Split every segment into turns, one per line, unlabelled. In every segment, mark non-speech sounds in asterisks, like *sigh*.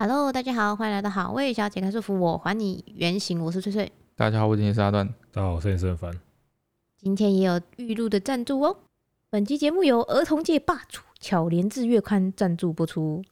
Hello，大家好，欢迎来到好味小姐开束缚，我还你原形，我是翠翠。
大家好，我今天是阿段。
大家好，我是严胜凡。
今天也有预录的赞助哦。本期节目由儿童界霸主巧莲智月刊赞助播出。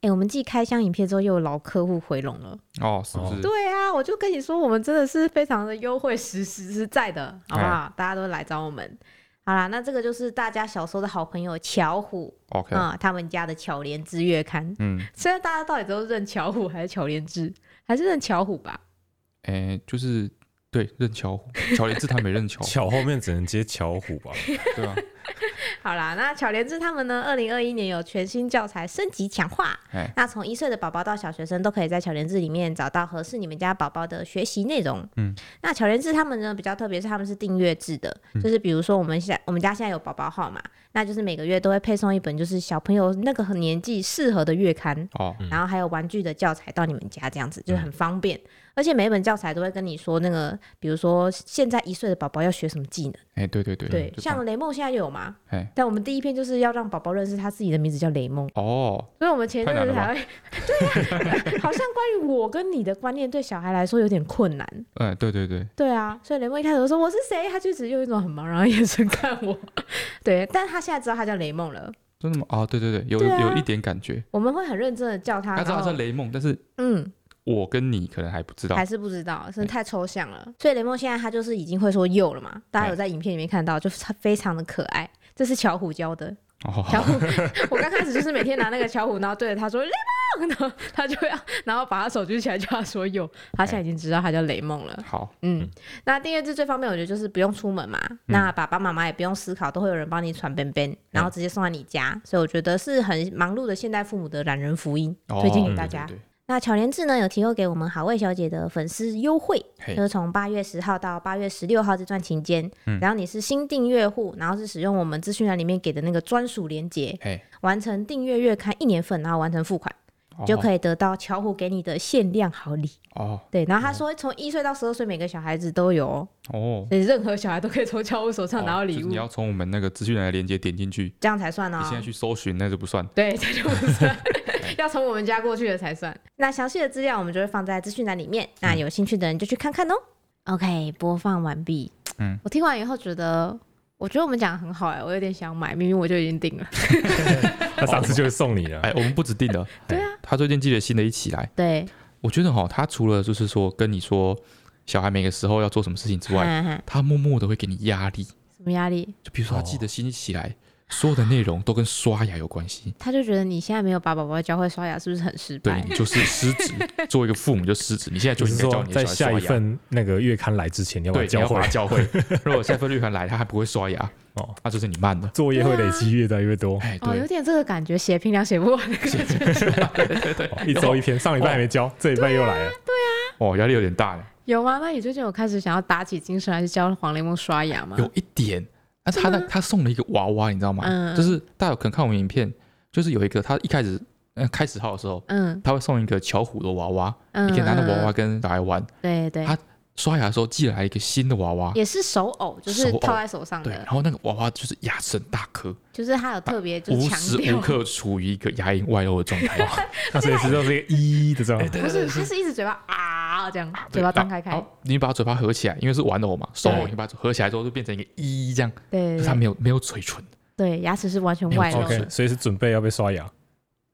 哎、我们继开箱影片之后，又有老客户回笼了。
哦，是不是？
对啊，我就跟你说，我们真的是非常的优惠实实实在
哎
的，好不好？大家都来找我们。好啦，那这个就是大家小时候的好朋友巧虎
OK，
啊、他们家的巧莲之月刊。
嗯，
现在大家到底都认巧虎还是巧莲之，还是认巧虎吧？
诶、就是对认巧虎，巧莲智他没认巧虎，
巧后面只能接巧虎吧？
对啊，
好啦，那巧莲智他们呢？二零二一年有全新教材升级强化，
*laughs* 哎，
那从一岁的宝宝到小学生都可以在巧莲智里面找到合适你们家宝宝的学习内容。
嗯，
那巧莲智他们呢比较特别，是他们是订阅制的，就是比如说我们现在我们家现在有宝宝号嘛，那就是每个月都会配送一本就是小朋友那个年纪适合的月刊。
哦，
然后还有玩具的教材到你们家，这样子就是很方便。而且每一本教材都会跟你说那个，比如说现在一岁的宝宝要学什么技能。
哎、对对对，
对，
就
像雷梦现在就有嘛。
哎，
但我们第一篇就是要让宝宝认识他自己的名字叫雷梦，
哦，
所以我们前一阵
太
子
难了
才会，对啊，好 *laughs* 像关于我跟你的观念对小孩来说有点困难，
哎、对对对，
对啊，所以雷梦一开始都说我是谁，他就只用一种很茫然的眼神看我， *laughs* 对，但他现在知道他叫雷梦了，
真的吗？啊，对对对，有
对啊
有一点感觉，
我们会很认真的叫他，
他知道
然
是
后
雷梦，但是
嗯，
我跟你可能还不知道
还，是不知道，真的太抽象了。所以雷梦现在他就是已经会说又了嘛，大家有在影片里面看到，就是他非常的可爱。这是巧虎教的， *laughs* 巧
哦，
虎，我刚开始就是每天拿那个巧虎，然后对着他说雷梦，然后他就要，然后把他手举起来叫他说又，他现在已经知道他叫雷梦了。
好，
嗯，那订阅制最方便，我觉得就是不用出门嘛，那爸爸妈妈也不用思考，都会有人帮你传便便，然后直接送到你家，所以我觉得是很忙碌的现代父母的懒人福音，
哦
推荐给大家。
对对
那巧莲智呢有提供给我们好味小姐的粉丝优惠，
嘿
就是从八月十号到八月十六号这段期间，
嗯
只要你是新订阅户，然后是使用我们资讯栏里面给的那个专属链接，
对哎、
完成订阅月刊一年份，然后完成付款，
哦
就可以得到巧虎给你的限量好礼。
哦
对，然后他说从一岁到十二岁每个小孩子都有哦，
哦，
所以任何小孩都可以从巧虎手上拿到
哦
礼
就是
物，
你要从我们那个资讯栏的链接点进去，
这样才算哦。
你现在去搜寻那就不算，
*laughs* 对，这就不
*laughs*
算，要从我们家过去的才算。那详细的资料我们就会放在资讯栏里面，那
嗯
有兴趣的人就去看看哦。OK，播放完毕。
嗯，
我听完以后觉得，我觉得我们讲得很好哎、我有点想买，明明我就已经订了。
他上次就会送你了
哎、。我们不指定的，
*laughs*
哎
对啊，
他最近寄了新的一起来。
对，
我觉得哈，他除了就是说跟你说小孩每个时候要做什么事情之外，
嗯哼
他默默的会给你压力。
什么压力？
就比如说他记得新起来，所有的内容都跟刷牙有关系，
他就觉得你现在没有把宝宝教会刷牙，是不是很失
对
败？
你就是失
*laughs*
职，作为一个父母就失职。你现在就
就
应
是
该
说
教，你的
在
小
下
孩
一
刷牙。
份那个月刊来之前，你要把
对，啊
它
你要
教
把
会
他教会。
*laughs*
如果下一份绿函来，他还不会刷牙，
哦，
那就是你慢了。
作业会累积越来
*laughs*
越多，
哎，
哦，有
对，
点这个感觉，写评量写不
*laughs*
完的感觉。
哦一周一篇，上礼拜还没交，这礼拜又来了。
哦，压力有点大了，
有吗？那你最近有开始想要打起精神来去教黄雷梦刷牙吗？
有一点。但是他那他送了一个娃娃，你知道吗？
嗯
就是大家有可能看我们影片，就是有一个他一开始呃开始号的时候，
嗯
他会送一个巧虎的娃娃，
嗯，
你可以拿那娃娃
嗯，
跟小孩玩。
对对，
他刷牙的时候寄来一个新的娃娃，
也是手偶，就是
手偶
套在手上
对，
的
然，后那个娃娃就是牙齿很大颗，
就是他有特别就是
无
强
时
调
无，刻处于一个牙龈外露的状态。
那随时都是一个一的这
哎
样，
*laughs* 不是，他是一直嘴巴啊这样，
对
嘴巴
然后
张开开
然，后你把嘴巴合起来，因为是玩偶嘛，手
对
偶，你把它合起来之后就变成一个一这样，
对
可是
对
它没有没有嘴唇。
对，牙齿是完全
没有
外露
错
的，
OK，随
啊
时准备要被刷牙。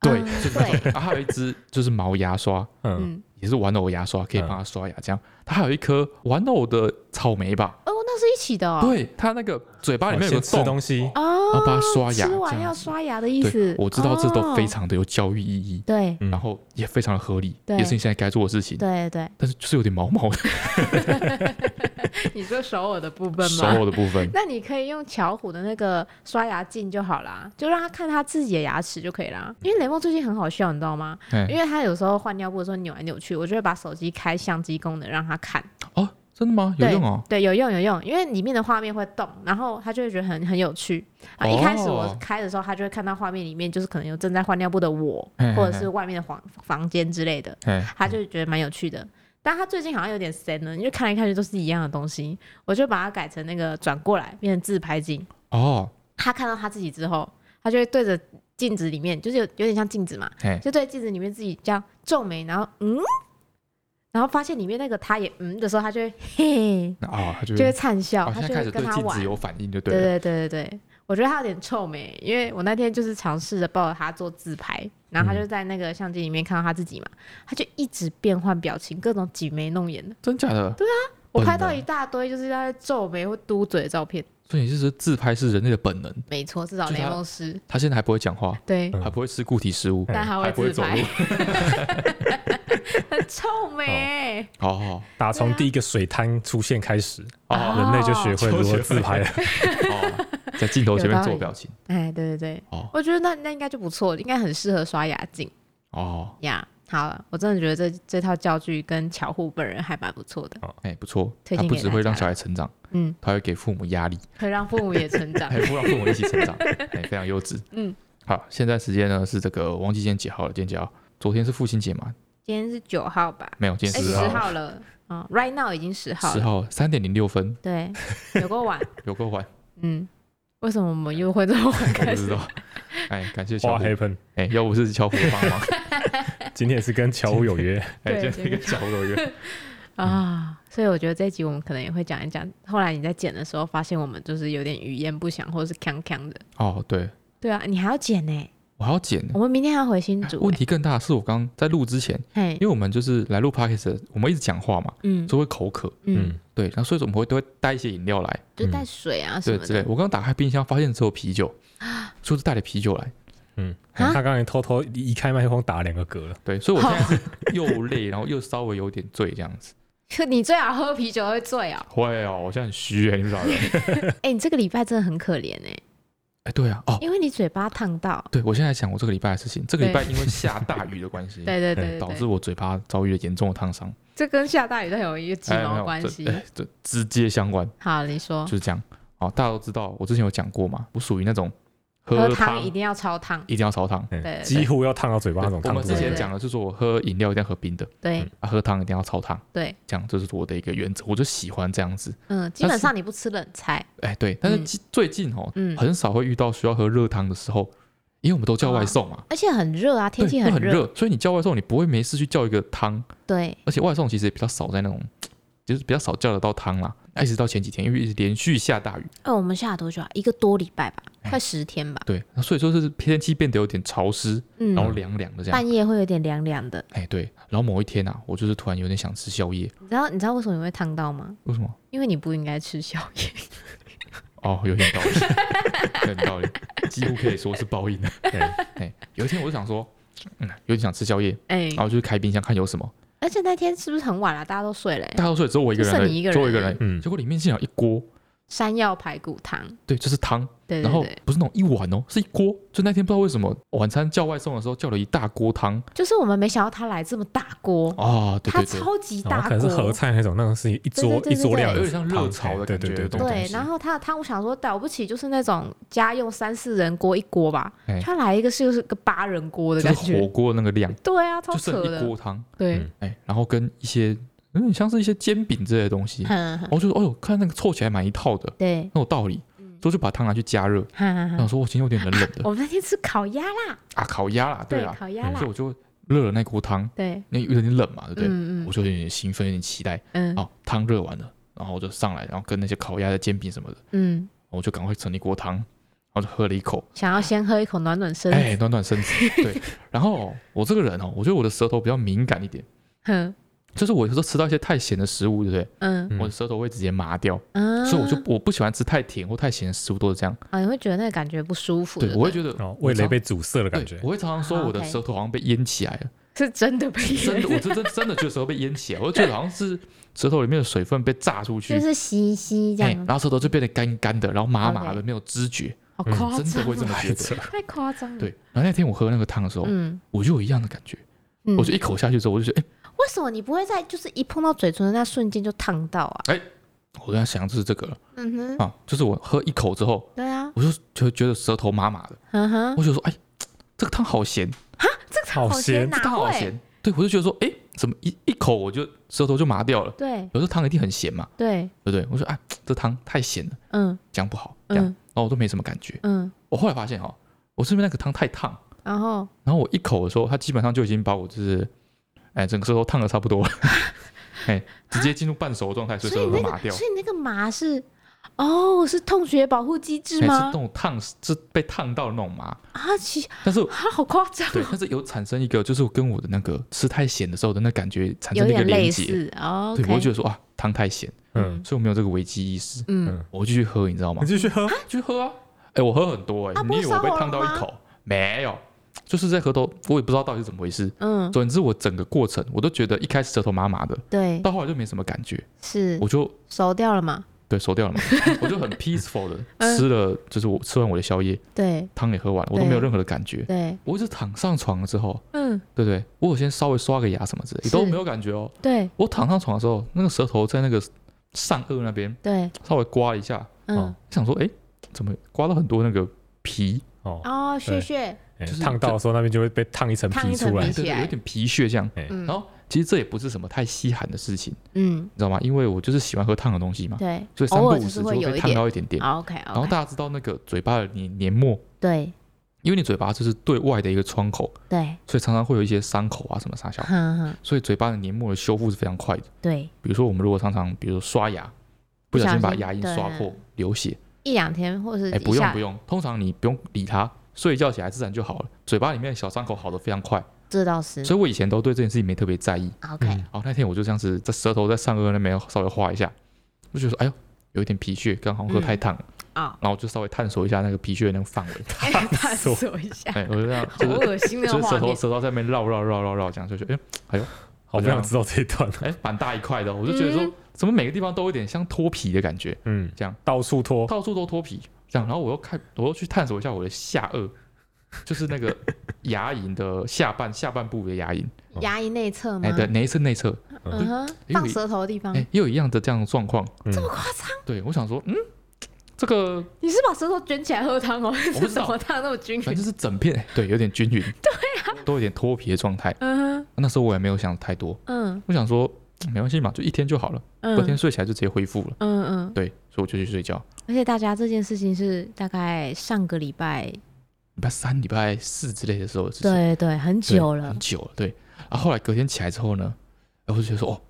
对
嗯
就是那种
对，
*laughs* 然后还有一只就是毛牙刷，
嗯，
嗯，
也是玩偶牙刷，可以
嗯
帮它刷牙这样。它还有一颗玩偶的草莓吧，
哦，那是一起的哦，
对，它那个嘴啊巴里面有
先
个
吃
洞，
东西，
然
哦
后，把它刷牙
吃
这
完
样
要
子
刷牙的意思
对，，我知道这都非
哦
常的有教育意义。
对
嗯
然后也非常的合理，
对
也是你现在该做的事情。
对对，
但是就是有点毛毛的
*laughs* 你说手偶的部分
手 *laughs*
吗？。
偶的部
*laughs*
分
那你可以用巧虎的那个刷牙镜就好啦，就让他看他自己的牙齿就可以啦。因为雷梦最近很好笑，你知道吗？因
哎，
为他有时候换尿布的时候扭来扭去，我就会把手机开相机功能让他看。
哦，真的吗？有用哦。
对，有用有用，因为里面的画面会动，然后他就会觉得很很有趣。啊，一开始我
哦
开的时候，他就会看到画面里面就是可能有正在换尿布的我，
嘿嘿
或者是外面的房房间之类的，
哎，
他就觉得蛮有趣的。但他最近好像有点神了，因为看来看去都是一样的东西，我就把它改成那个转过来变成自拍镜。
哦，
他看到他自己之后，他就会对着镜子里面，就是有有点像镜子嘛，
嘿，
就对镜子里面自己这样皱眉，然后嗯，然后发现里面那个他也嗯的时候，他就会嘿，
那啊，他就
就会
会
灿笑，
啊，
他
现在
就会
开始
跟
对
他
镜
玩
子。有反应就对
对
了。
对对对对，我觉得他有点臭美，因为我那天就是尝试着抱着他做自拍，然后他
嗯
就在那个相机里面看到他自己嘛，他就一直变换表情，各种挤眉弄眼的。
真假的？
啊我
本
拍到
能
一大堆就是他在皱眉或嘟嘴的照片，
所以你是说自拍是人类的本能？
没错，是找
就是
雷
他
梦师。
他现在还不会讲话，
对，
嗯
还不会吃固体食物，
但他
还不
会
会
自
走
拍
路。，哦
很
*laughs*
臭美欸。
好好
打从第一个水滩出现开始，
好
啊
好
人类就学会如何自拍
*laughs*
了。
哦，在镜头前面做表情。
哎，对对对，
哦
我觉得那那应该就不错，应该很适合刷牙镜
哦，
呀。好了，我真的觉得这这套教具跟巧护本人还蛮不错的，
哎，不错，
推
他
荐
不
给
只会
大
让
家
小孩成长，
嗯，
他会给父母压力，
可以让父母也成
*laughs*
长。
还哎会让父母一起成
*laughs*
长，哎，非常优质。
嗯，
好，现在时间呢是这个忘记今天几号了，今天几号？昨天是父亲节嘛？
今天是九号吧？
没有，今
哎，
天
十
十
10
号，
号了。嗯，right now 已经十号
十
了。
号三点零六分，
对，有够晚。
有
*laughs*
够晚，
嗯，为什么我们又会这么晚
我
开
*laughs* 不知
始？
道。哎，感谢巧
花
虎，
happen，
哎，要不是巧虎帮
*laughs*
忙，
今天也是跟巧虎有约，
哎，
对
今天跟巧虎
*laughs*
有约，
啊，所以我觉得这一集我们可能也会讲一讲。后来你在剪的时候，发现我们就是有点语言不详，或者是锵锵的。
哦，对
对啊，你还要剪呢、
我还要剪呢。
我们明天还要回新竹、欸
问题更大的是我刚在录之前，
欸。嘿
因，为我们就是来录 podcast，的我们一直讲话嘛，
嗯
就会口渴，
嗯，
嗯，
对，然后所以说我们会都会带一些饮料来，
就带水啊什
嗯对
么
之类
的
的。。我刚打开冰箱发现只有啤酒，就是带了啤酒来，
啊
他刚才偷偷移开麦克风打两个嗝了，
*laughs*
对，所以我现在是 *laughs* 又累，然后又稍微有点醉这样子。
就哦 *laughs* 你最好喝啤酒会醉哦、
会哦，我现在很虚哎，你不知道的。
哎、你这个礼拜真的很可怜 *laughs* 哎、
哎，对啊，哦，
因为你嘴巴烫到。
对我现在在讲我这个礼拜的事情，这个礼拜因为下大雨的关系，
*laughs* 对对对
对
对
导
对
致我嘴巴遭遇了严重的烫伤，
这跟下大雨都有一个鸡
哎没
毛
有
关
这
系。
哎这直接相关，
好，你说
就是这样。哦，大家都知道，我之前有讲过嘛，我属于那种
喝
喝
汤一定要超烫。
一定要烧汤。
嗯
对对
几乎要烫到嘴巴那种
我
烫
们
度
之
的
对
前
对
人。
讲的是说我喝饮料一定要喝冰的，
对
嗯
啊，喝汤一定要焯汤，
对，
这样这是我的一个原则，我就喜欢这样子。
嗯，基本上你不吃冷菜，
哎，对，但是
嗯
近最近哦，
嗯
很少会遇到需要喝热汤的时候，因为我们都叫外送嘛，
而且很热啊，天
对，
气
会很
热。
热，所以你叫外送，你不会没事去叫一个汤，
对，
而且外送其实也比较少在那种，就是比较少叫得到汤啦。啊一直到前几天，因为一直连续下大雨，
哎、我们下了多久啊？一个多礼拜吧，
哎
快十天吧。
对，那所以说是天气变得有点潮湿，
嗯，
然后凉凉的这样。
半夜会有点凉凉的。
哎，对，然后某一天啊，我就是突然有点想吃宵夜，
你知道你知道为什么你会烫到吗？
为什么？
因为你不应该吃宵夜。
哦，有点道理，有点道理，几乎可以说是报应的。
对
哎，有一天我就想说，嗯，有点想吃宵夜，
*laughs* 哎、
然后就去开冰箱看有什么。
而且那天是不是很晚了、大家都睡了欸、
大家都睡，只有我一个人而
就剩你一
已，
个人
只有我一个人而已。
嗯
结果里面竟然有一锅，
山药排骨汤，
对，就是汤，
对
然
对
后
对，
不是那种一碗哦，是一锅。就那天不知道为什么晚餐叫外送的时候叫了一大锅汤
就是我们没想到它来这么大锅，
啊，对
它
对对，
超级
然
大
后可能是合
锅。
菜那种，那种是一桌
对对对对
一桌料的，
有点像热炒的
对
感觉
对对
的
对
东西
对，
对，然后它的汤，我想说了不起，就是那种家用三四人锅一锅吧
哎，
它来一个是就是个八人锅的
就是
感
火
觉，
锅那个量，
对啊，超
就
扯
剩一
的，
锅汤，
对
嗯，
哎，然后跟一些有点像是一些煎饼之类的东西。
哼
*laughs*
哼
我就说，哎呦，看那个凑起来蛮一套的，
对，
那有道理。
嗯
所以就把汤拿去加热，
哈哈
我
哈
想。说我今天有点冷冷的
我们那天吃烤鸭啦，
啊，烤鸭啦，
哦对，
啦，
烤鸭啦
所以，我就热了那锅汤，
对，
那有点冷嘛，对不对？
嗯嗯
我就有点兴奋，有点期待。
嗯
哦，汤热完了，然后我就上来，然后跟那些烤鸭的煎饼什么的，
嗯，
我就赶快盛一锅汤，然后就喝了一口，
想要先喝一口暖暖身子，
哎，暖
*laughs*
暖身子。对，然后哦我这个人哦，我觉得我的舌头比较敏感一点，
哼，
就是我有时候吃到一些太咸的食物，对不对？
嗯
嗯
我的舌头会直接麻掉，
嗯，
所以我就我不喜欢吃太甜或太咸的食物，都是这样。
啊，你会觉得那个感觉不舒服，
对，
不
我会觉得
哦，味蕾被阻塞的感
对
觉，
我会常常说我的
啊好，OK
舌头好像被淹起来了，
*laughs* 是真的被
真
*laughs*
的，我真真真的觉得舌头被淹起来，我就觉得好像是舌头里面的水分被炸出去
就，是吸吸这
哎，
样
然，后舌头就变得干干的，然后麻麻
OK
的，没有知觉，
好
嗯
夸
真的会这
张，啊
么觉得。
太夸张了，
对，然后那天我喝那个汤的时候，
嗯，
我就有一样的感觉，
嗯
我就一口下去之后，我就觉得，哎、
为什么你不会在就是一碰到嘴唇的那瞬间就烫到啊？
我在想就是这个了
嗯哼，
啊，就是我喝一口之后，
对啊，
我就就觉得舌头麻麻的，
嗯哼，
我就说，哎、这个汤好咸，
好啊咸
这
哪
汤好
会？
咸，对我就觉得说，哎、怎么一一口我就舌头就麻掉了？
对
有时候汤一定很咸嘛，
对，
啊对不对？我说，哎、这汤太咸了，
嗯
这样不好，这样。
嗯
然后我都没什么感觉。
嗯，
我后来发现哦，我是不是那个汤太烫？
然后
然后我一口的时候，它基本上就已经把我就是，哎，整个舌头烫的差不多了， *laughs* 哎，直接进入半熟的状态，所以
所以
舌头
那
都麻
个
掉。
所以那个麻是哦是痛觉保护机制
哎，是
吗
那？种烫，是被烫到的那种麻。
啊，其实
但是
*laughs* 啊好夸张
对，
哦，
但是有产生一个，就是跟我的那个吃太咸的时候的那感觉产
有
生了一个
点类
连结。
似哦。
对，我会
OK
觉得说啊，汤太咸，
嗯，
所以我没有这个危机意识，
嗯
嗯
我就去喝，你知道吗
你？继续喝，
去喝啊！哎，我喝很多哎、
啊不
你
会
以为我被
烧
烫到
喉咙吗
一口？没有，就是在喝头，我也不知道到底是怎么回事。
嗯，
总之，我整个过程我都觉得一开始舌头麻麻的，
对，
到后来就没什么感觉，
是
我就
熟掉了嘛？
对
*laughs*
熟掉了嘛，我就很 peaceful 的
嗯
吃了，就是我吃完我的宵夜，
对
汤也喝完了，我都
对
没有任何的感觉。
对，
我一直躺上床了之后，
嗯
对不对？我有先稍微刷个牙什么之类，也都
是
没有感觉哦。
对
我躺上床的时候，那个舌头在那个上颚那边
对，
稍微刮一下，
嗯
啊，想说哎，怎么刮到很多那个皮？
哦，
哦血
对
血，
哎
就是
烫到的时候那边就会被烫一层
烫一
皮
层
出来
皮
对，对，
起
对
来
有点皮屑这样。
嗯
然后其实这也不是什么太稀罕的事情，你
嗯
知道吗？因为我就是喜欢喝烫的东西嘛，
对，
所以三
嗯偶
不
尔
五
只
时
是
就
会
会
有
被
一
烫
点哦
到一点点。
，OK
然后
OK，
大家知道那个嘴巴的黏黏膜，
对
因为你嘴巴就是对外的一个窗口，
对，
所以常常会有一些伤口啊什么啥小，
哼哼，
所以嘴巴的黏膜的修复是非常快的。
对，
比如说我们如果常常，比如说刷牙，不
不
小
小
心
心
把牙龈刷
对
破流血，
一两天或是
哎，
一
不用
下
不用，通常你不用理它，睡一觉起来自然就好了。嘴巴里面的小伤口好的非常快，
这倒是
所以我以前都对这件事情没特别在意。
OK，
嗯
然后那天我就这样子在舌头在上颚那边稍微画一下，我就觉得说哎呦有一点皮屑，刚好喝太烫，了，
哦，
然后我就稍微探索一下那个皮屑的那
*laughs*
个范围，
探索一下，
哎，我就这样
好
就是
恶心那
就
个
是舌
画
头
面，
舌头在那边绕绕绕绕绕这样，就觉得哎
好
啊
不想知道这一段，
哎蛮大一块的哦，我就觉得说
嗯
怎么每个地方都有点像脱皮的感觉，
嗯，
这样
到处脱，
到处都脱皮这样，然后我又看我又去探索一下我的下颚，就是那个牙龈的下半下半部的牙龈，
牙龈内侧吗
哎？对，哪一侧内侧，
嗯哼，
因
放
为
舌头的地方，
哎也有一样的这样的状况，
嗯
这么夸张？
对我想说嗯这个
你是把舌头卷起来喝汤哦？这
不知
怎
道
么烫那么均
反正
匀？
就是整片， *laughs* 哎对，有点均匀，对啊，都有点脱皮的状态。
嗯哼
那时候我也没有想太多，
嗯
我想说嗯没关系嘛，就一天就好了，
嗯
隔天睡起来就直接恢复了。
嗯嗯，
对，所以我就去睡觉。
而且大家这件事情是大概上个礼拜，
礼拜三、礼拜四之类的时候的事情，
对对，很
对，
久了
很，久了。对，啊，后来隔天起来之后呢，哎我就觉得说，哦，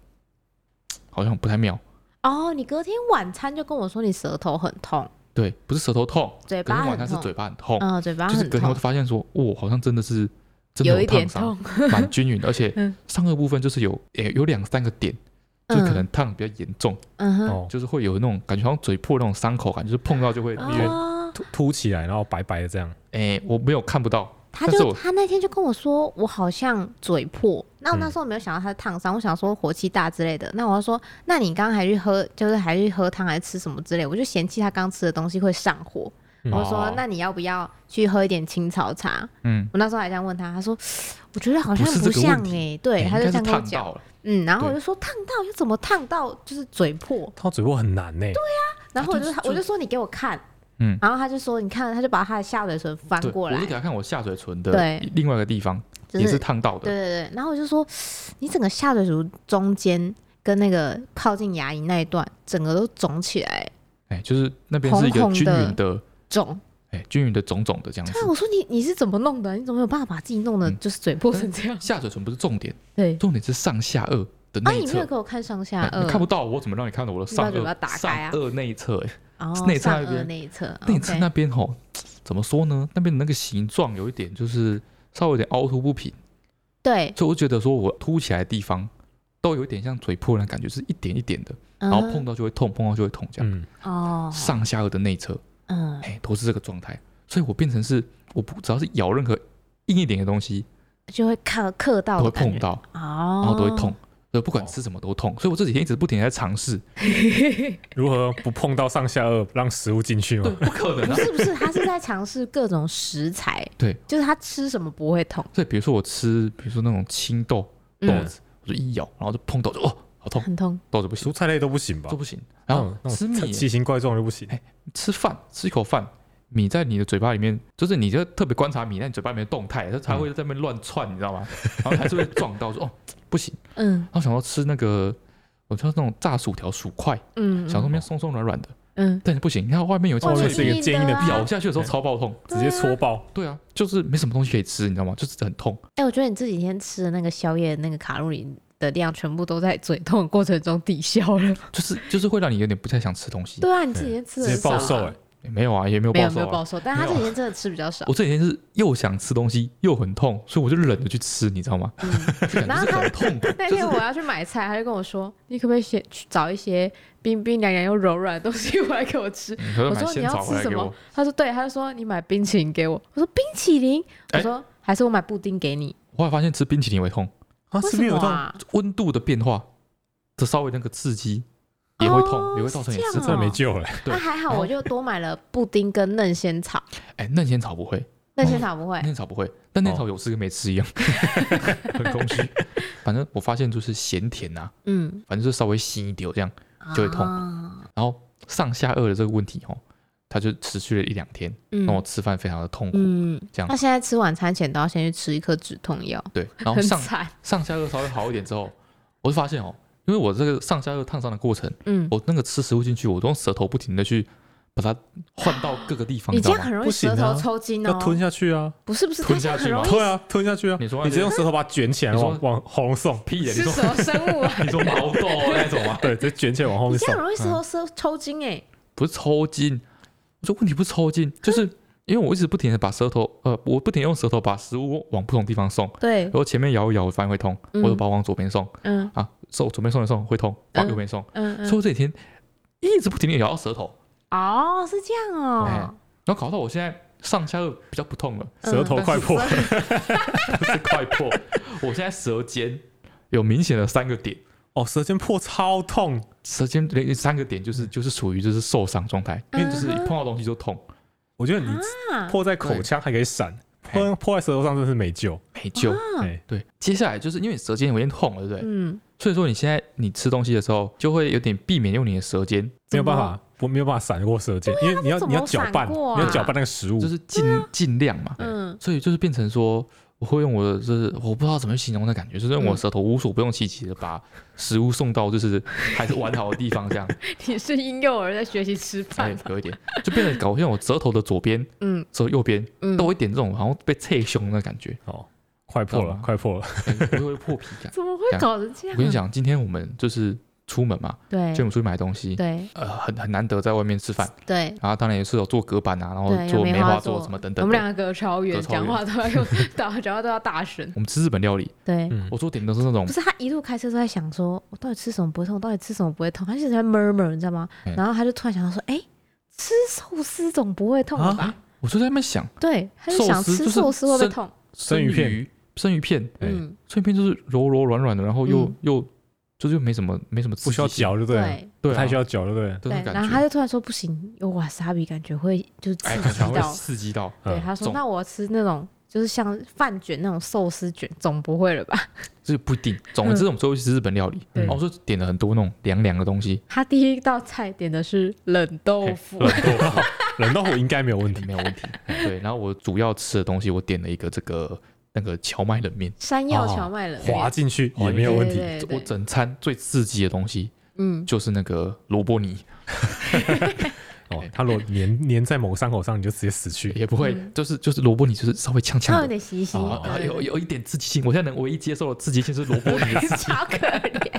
好像不太妙。
哦，你隔天晚餐就跟我说你舌头很痛，
对，不是舌头痛，
嘴
隔
巴
天晚
很
上是
痛，
嘴巴很痛，
嗯，嘴巴
就是
很
隔天
痛
我就，发现说，哦，好像真的是真
有
的
一点
烫伤，
痛，
蛮均匀的，而且
嗯
上颚部分就是有，诶、有两三个点，就可能烫得比较严重。
嗯哼，
哦，就
就是会有那种感觉，好像嘴破那种伤口感，就是碰到就会
哦
因为
凸凸起来，然后白白的这样，
哎、我没有看不到，
他
但是
就
我
他那天就跟我说，我好像嘴破。那我那
嗯
时候没有想到他是烫伤，我想说火气大之类的。那我就说，那你刚刚还去喝，就是还去喝汤还是吃什么之类，我就嫌弃他刚吃的东西会上火。
嗯
我就说
哦，
那你要不要去喝一点青草茶？
嗯，
我那时候还这样问他，他说，我觉得好像
不是这
不
个
像
问
哎、
题
对，
哎
他就
应
这
该
样跟
是
我
烫
讲，
到了，
嗯，然后我就
对
说烫到又怎么烫到，就是嘴破，
他嘴破很难呢，
然后我
啊就
就是我就说你给我看，
嗯
然后他就说你看，他就把他的下嘴唇翻
对，
过来
我就，给他看我下嘴唇的
对
另外一个地方
就
也是烫到
对
的，
对对，然后我就说， *sighs* 你整个下嘴唇中间跟那个靠近牙龈那一段，整个都肿起来，
哎、就是那边是一个
红红的
均匀的，
肿。
哎、均匀的肿肿的这样
对啊，
子。
我说你你是怎么弄的？你怎么有办法把自己弄的
嗯
就是嘴破成这
*laughs*
样？
下嘴唇不是重点，
对，
重点是上下颚的
啊，
内
你没
侧、
有给我看上下呃
哎你
颚，
看不到我，我怎么让你看到我的上
你把嘴巴
颚？
打
上
开啊
颚内侧，哎，
哦，
内侧
上
那边
颚那一侧，
内侧
OK
那边吼，怎么说呢？那边的那个形状有一点就是稍微有点凹凸不平。
对，
所以我觉得说我凸起来的地方都有一点像嘴破的感觉，就是一点一点的，
然
然后碰到就会痛，碰到就会痛这样。
嗯，
嗯哦，
上下颚的内侧，
嗯，
哎，都是这个状态，所以我变成是我不只要是咬任何硬一点的东西
就会刻刻到
都
的
会
感
碰
觉，
到，
哦，
然后都会
*laughs*
痛，所以不管吃什么都痛。所以我这几天一直不停地在尝试，
如何不碰到上下颚让食物进去
对，
吗？
不可能
不
啊。
是不是，他是在尝试各种食材，
对，
就是他吃什么不会痛，
*laughs* 所以比如说我吃，比如说那种青豆豆
嗯，
子，我就一咬，然后就碰到就哦，好痛，
很痛，
豆子不行，
蔬菜类都不行吧嗯
这？不行。然后
那
啊吃
种
米
那种奇形怪状的就不行
哎，吃饭，吃一口饭，米在你的嘴巴里面，就是你就特别观察米在你嘴巴里面的动态，它才会在那边乱窜，你知道吗？然后还是会撞到说哦不行，
嗯
然后想要吃那个，我就那种炸薯条薯块，
嗯，
想说面松松软软的，
嗯，
但是不行，你看外面有一
外
层
面
脆
是一
皮，
个坚哦硬的
啊
皮，
咬下去的时候超爆痛。
直接戳爆。
对啊，就是没什么东西可以吃，你知道吗？就是很痛。
哎、我觉得你这几天吃的那个宵夜，那个卡路里的量全部都在嘴痛的过程中抵消了。
就是就是会让你有点不太想吃东
*laughs*
西。
对啊，你这几天吃的
直接暴瘦
哎、
哎、
欸没有啊，也没有
没
暴
有没有
瘦啊
暴。瘦，但他这几天真的吃比较少
我。这几天是又想吃东西又很痛，所以我就忍着去吃，你知道吗？
嗯
*laughs* 就感
然后
觉是
他
很
*laughs*
痛苦。
那
就
天
是
我要去买菜，他就跟我说：“你可不可以先去找一些冰冰凉凉又柔软的东西回来给我
*laughs*
吃
嗯他就
我
买
说你
仙
要
草
吃
回来
什
给
么
我，？”
他说：“对。”他就说：“你买冰淇淋给我。”我说：“冰淇淋？”我
哎
说：“还是我买布丁给你。
我后来发现吃冰淇淋也会痛，
啊，”
为
是
什
不是有
么
痛？
啊？
温度的变化，这稍微那个刺激也会痛，
哦
也会造成
是
也
这
是
样
真的没救了、
对
那还好，
然后
我就多买了布丁跟嫩仙草。
哎，嫩仙草不会，
嫩仙草不会
嫩，仙草不会，但嫩仙草有吃跟没吃
*laughs*
一样，很空虚。反正我发现就是咸甜啊，
嗯，
反正就稍微稀一丢这样。就会痛
啊
然后上下颚的这个问题哦，它就持续了一两天，
嗯
让我吃饭非常的痛苦。
嗯，
这样
他现在吃晚餐前都要先去吃一颗止痛药，
对，然后
很
哦上
惨。
上下颚稍微好一点之后，我就发现哦，因为我这个上下颚烫伤的过程，
嗯，
我那个吃食物进去，我都用舌头不停的去把它换到各个地方，
你
你知
哎这
道
样
吗？
很容易
不行
舌
啊
头抽筋
要
哦。
吞下去啊，
不是不是，
吞
它这样
下去吗
很容易
对啊，吞下去啊。
你说那
你直接用舌头把它卷起来，
你说
往往喉咙
*laughs*
送。
屁
是什么生物啊？
你说毛豆那种
*laughs*
吗？
对，直接卷起来往后
你
面
这
送
样。啊
嗯
容易舌头抽抽筋哎、
不是抽筋，我说问题不是抽筋，
嗯
就是因为我一直不停的把舌头，呃，我不停地用舌头把食物往不同地方送，
对
然，后前面摇一摇，我发现会痛，
嗯
我就把它往左边送，
嗯
啊，送左边送一送会痛，往右边送，
嗯
所以
嗯，
我这几天一直不停的摇到舌头，
哦，是这样
哎
哦，
然后搞到我现在上下颚比较不痛了。 *laughs*
嗯
舌头快破，
是快破。我现在舌尖有明显的三个点，
哦，舌尖破超痛，
舌尖连三个点
嗯
就是就是属于就是受伤状态，因为就是一碰到东西就痛，
我觉得你
啊
破在口腔还可以闪，
嗯
破破在舌头上真是没救。
哎没救。
哎，
对，接下来就是因为舌尖有点痛了，对不对？
啊嗯，
所以说你现在你吃东西的时候就会有点避免用你的舌尖，
没有办法，我没有办法闪过舌尖，因为你要
啊怎
你
么
要搅
闪
拌，
过啊
你要搅拌那个食物
就。是尽尽量嘛。
嗯 *laughs*
所以就是变成说，我会用我的就是我不知道怎么形容的感觉，就是用我的舌头无所不用其极的把食物送到就是还是完好的地方，
*laughs*
这样。
你是婴幼儿在学习吃饭
哎，，有一点就变得搞像我舌头的左边、
嗯
舌头右边
嗯，
都有一点这种好像被刺胸的感觉，
哦，快破了
懂，吗
快破了。
哎就会破皮感。
*laughs* 怎么会搞成这样？
我跟你，讲，今天我们就是出门嘛，
对
就我们出去买东西，
对
呃，很很难得在外面吃饭，
对，
然后当然也是有做隔板啊，然后
对有
做
梅
梅
花
花座
座
什么等
我
等
们
的。
两个隔超远，
隔超
讲
远
话都要用 *laughs* 打，讲话都要大声。
*laughs* 我们吃日本料理，
对，
嗯
我做点都是那种
不是他一路开车都在想说，我到底吃什么不会痛，到底吃什么不会痛，他一直在 murmur，你知道吗？
嗯
然后他就突然想到说，哎、吃寿司总不会痛了吧？
啊，我就在那边想
对，他就想
寿司
吃
就是
寿司会不会
生
痛？
生鱼片
鱼、生鱼片，
哎
嗯，
生鱼片就是柔柔软软的，然后又
嗯
又就是又没什么没什么
不
刺
需要
激性，
嚼就对了，
对
对啊，
不太需要嚼就对了。
这种
然
感
后他
觉，
就突然说不行，有瓦萨比感觉会就是刺
哎，感
激
觉会
到。
刺激到。
对，
嗯
他说
总
那我吃那种就是像饭卷那种寿司卷，总不会了吧？ *laughs*
这不一定。总之，我们最后去吃日本料理，
嗯对
然后我就点了很多那种凉凉的东西，
他第一道菜点的是冷豆腐，
啊
冷豆腐， *laughs* 冷豆腐应该没有问题。
没有问题。 *laughs* 对，然后我主要吃的东西，我点了一个这个那个荞麦冷面，
山
哦
药荞麦冷
滑
面，
进去哦也没有问题。
对对
我整餐最刺激的东西
嗯，
就是那个萝卜泥，
哦，它如果粘粘在某个伤口上，你就直接死去。
也不会，
嗯
就是就是萝卜泥，就是稍微呛
它
呛
有
的。
点稀稀，
然
*laughs*
后
对
有
对
有一点刺激性，我现在能唯一接受的刺激性是萝卜
*laughs*
泥
对
的刺激，
超可怜。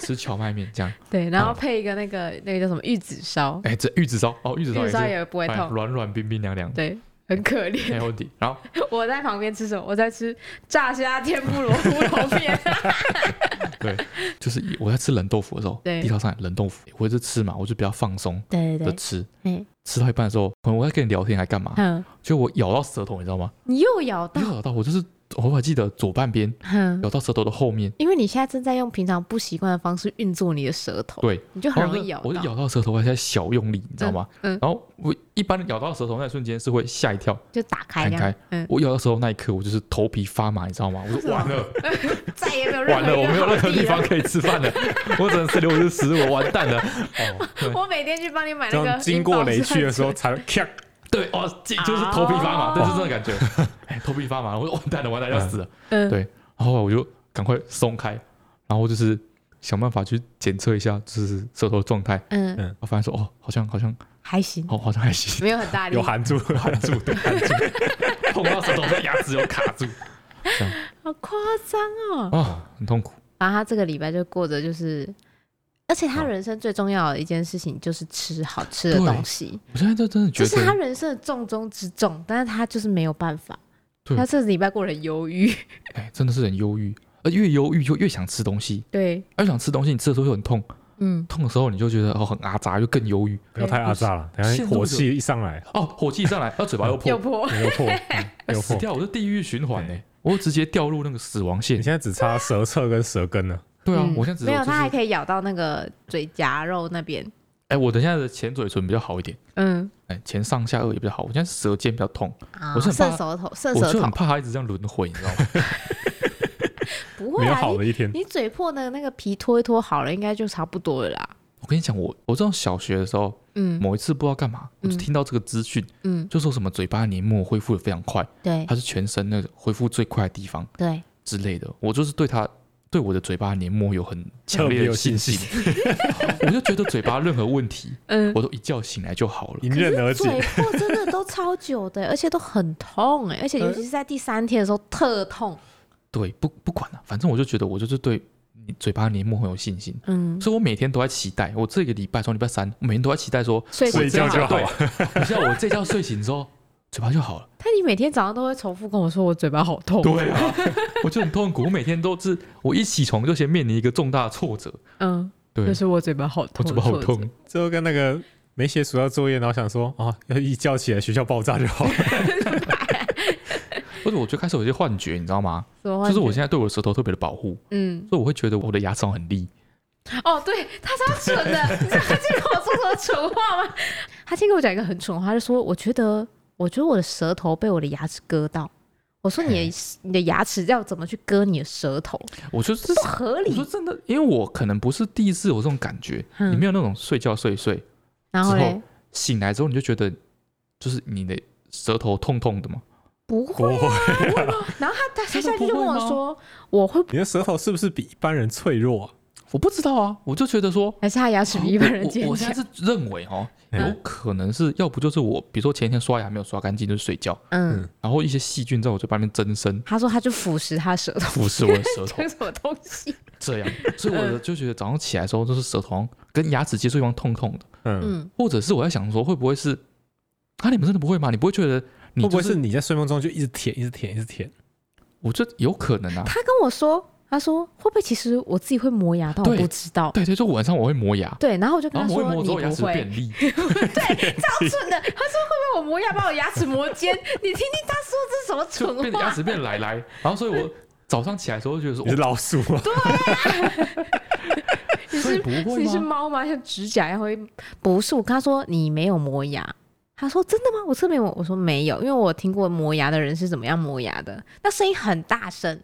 吃荞麦面这样。
对，然
嗯
后配一个那个那个叫什么玉子烧，
哎，这玉子烧哦，玉子
玉
烧
子
也是
烧也不会
哎嗯
痛，
软软冰冰凉凉，
对，很可
没 *laughs*
怜。
有问题。然后
我在旁边吃什么？我在吃炸虾天妇
*laughs*
罗乌龙面。 *laughs*
对，就是我在吃冷豆腐的时候，
对
地道上冷豆腐，我就吃嘛，我就比较放松
*laughs* 对对
的 *laughs*
对，
吃。
哎，
吃到一半的时候，可能我在跟你聊天还干嘛，
哼，
就我咬到舌头，你知道吗？
你又咬到，
咬到我就是我还记得左半边
哼，
咬到舌头的后面，
因为你现在正在用平常不习惯的方式运作你的舌头，
对，
哦你就很
然后
容
我
易咬
我就
到。
咬到哦舌头，我还在小用力，你知道吗？
嗯嗯
然后我一般咬到舌头那瞬间是会吓一跳，
就打开这
弹
样
开，
嗯，
我咬到舌头那一刻，我就是头皮发麻，你知道吗？
*laughs*
我说完了，
再也没有任
*laughs* 完
何
了，
一
我
个
没有任
好
何地啊
了
方。可以吃饭了， *laughs* 我只能吃流质食物，我完蛋了。哦，对
我每天去帮你买那
这
个
样经过雷区
区
的时候，才咔，
对，哦，这就是头皮发麻，对，就是这种感觉，哎头皮发嗯麻，我说完蛋了，完蛋了，要死了。
嗯，
对然后我就赶快松开，然后就是想办法去检测一下，就是舌头的状态。
嗯，
嗯
我发现说，哦，好像好像
还行，
好好像还行， *laughs*
没有很大力
有，含住，含住，对，含住。
碰到舌头在牙齿有卡 *laughs* 住，这样
好夸张哦。
啊，很痛苦。
然后他这个礼拜就过着就是，而且他
好
人生最重要的一件事情就是吃好吃的
对
东西，
我现在就真的觉
这是他
得，
人生的重中之重，但是他就是没有办法。
对
他这个礼拜过得很忧郁，
哎，真的是很忧郁，而越忧郁就越想吃东西，
对，
而想吃东西，你吃的时候又很痛，
嗯，
痛的时候你就觉得哦很阿杂，就更忧郁。
*laughs* 不要太阿炸了，等下
陷入
火
这
气一上来，
哦，火气上来，然后嘴巴又
又
破，
破，
你又破，嗯
哎
又
死
破。
掉，我就地狱循环哎，我直接掉入那个死亡
你
线。
现在只差舌侧跟舌根了，
对啊
嗯，
我现在只
没有，
就
他还
是
可以咬到那个嘴夹肉那边，
哎，我等一下的前嘴唇比较好一点，
嗯，
哎，前上下颚也比较好，我现在舌尖比较痛，
啊
我是很
射
怕
手头，射
我
手嗯
就
头
很怕它一直这样轮回，你知
*laughs*
道吗？
不
没
会
有
啊，
好
你
的一天。
你嘴破的那个皮脱一脱好了，应该就差不多了啦，
我跟你讲，我我这种小学的时候，
嗯
某一次不知道干嘛，我就
嗯
听到这个资讯，
嗯，
就说什么嘴巴黏膜恢复的非常快，
对
它是全身那个恢复最快的地方
对，
之类的。我就是对它对我的嘴巴黏膜有很强烈的信心， *laughs* 我就觉得嘴巴任何问题，
嗯，
我都一觉醒来就好了。
迎
可
刃而
是
解
嘴，破真的都超久的，欸而且都很痛哎，而且尤其是在第三天的时候特痛。
对，不不管了、反正我就觉得我就是对你嘴巴黏膜很有信心。
嗯，
所以我每天都在期待，我这个礼拜从礼拜三，我每天都在期待说，
睡
睡觉
就
就
好。
好
对。你知道我这觉睡醒之后，嘴巴就好了。
但你每天早上都会重复跟我说我嘴巴好痛。
对啊，我就很痛苦。我每天都是，我一起床就先面临一个重大的挫折。
嗯，
对，
就是我嘴巴好
我
痛，
嘴巴好
挫折
痛。。
最后跟那个没写暑假作业，然后想说啊，要一觉起来学校爆炸就好了。 *laughs*
或者我就开始有一些幻觉，你知道吗？
什么
就是我
幻觉
现在对我的舌头特别的保护，
嗯，
所以我会觉得我的牙齿很利。
哦，对他超蠢的，
*laughs*
你知道他今天跟我说什么蠢话吗？他今天跟我讲一个很蠢的话，他就说我觉得，我觉得我的舌头被我的牙齿割到。我说你的你的牙齿要怎么去割你的舌头？
我就是
这不合
我说
理。
真的，因为我可能不是第一次有这种感觉，
嗯
你没有那种睡觉睡一睡
然后
之后
嘞，
醒来之后，你就觉得就是你的舌头痛痛的嘛。
不
我
会啊。然后他他他
真的
下一句就
不
问
会
我
吗
说，我会
你的舌头是不是比一般人脆弱啊？
我不知道啊，我就觉得说，
还是他牙齿比一般人
我
坚
我我现
强
在？是认为哦，
嗯
有可能是要不就是我，比如说前一天刷牙没有刷干净，就是睡觉，
嗯，
然后一些细菌在我嘴巴里面增生，
他说他就腐蚀他舌头，
腐蚀我的舌头 *laughs*
这，是什么东西？
这样，所以我的就觉得早上起来的时候，就是舌头好像跟牙齿接触地方痛痛的，
嗯，
嗯，
或者是我在想说，会不会是啊？你们真的不会吗？你不会觉得你、
会不
就
会是你在睡梦中就一直舔，一直舔，一直舔？
我觉得有可能 *laughs* 啊。
他跟我说，他说会不会其实我自己会磨牙，但我
对
不知道。
对对，就晚上我会磨牙，
对，然后我就跟
然
他
后磨
说
一磨之后
你
牙
不
齿变
会，
利，
超蠢的。他说会不会我磨牙把我牙齿磨尖？你听听他说这是什么
就
蠢
变牙
话？
齿变奶奶。然后所以我早上起来的时候就觉得说，
你是
哦
老鼠吗？
你
所以
是
不会
你是
*laughs* 吗？
猫吗？像指甲一样会？不是，我跟他说你没有磨牙。他说真的吗？我这边我我说没有，因为我听过磨牙的人是怎么样磨牙的，那声音很大声。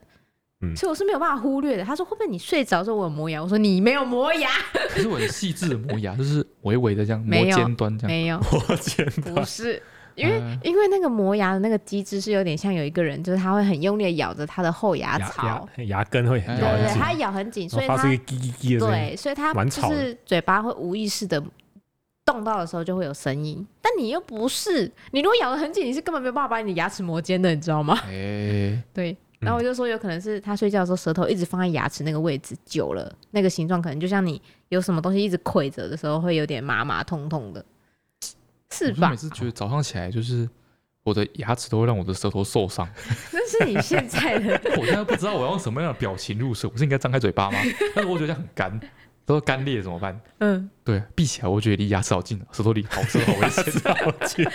嗯
所以我是没有办法忽略的。他说会不会你睡着的时候我有磨牙？我说你没有磨牙，
可是我很细致的磨牙，就是微微的这样磨
没有
尖端
*laughs*
这样。
没有。
我天
不
哪！
是，因
*laughs*
为、
嗯
因为那个磨牙的那个机制是有点像有一个人，就是他会很用力的咬着他的后啊牙
牙
槽，
牙牙根会
对
咬
对
很
对，
紧，
他咬很紧，所以
然后发
他
出一个叽叽叽的声音。
对，所以他
蛮
就
吵的
是嘴巴会无意识的动到的时候就会有声音，但你又不是，你如果咬得很紧，你是根本没有办法把你的牙齿磨尖的，你知道吗？ *laughs*
哎、
对。
嗯
然后我就说，有可能是他睡觉的时候舌头一直放在牙齿那个位置久了，那个形状可能就像你有什么东西一直跪着的时候，会有点麻麻痛痛的，是
我就
吧
每？次觉得早上起来就是我的牙齿都会让我的舌头受伤。
*laughs*
*laughs*
那是你现在的
我现在不知道我要用什么样的表情入睡，我是应该张开嘴巴吗？ *laughs* 但是我觉得这样很干，都是干裂怎么办？
嗯，
对，闭起来我觉得离牙齿好近，舌头离好舌头好
*laughs*
危险。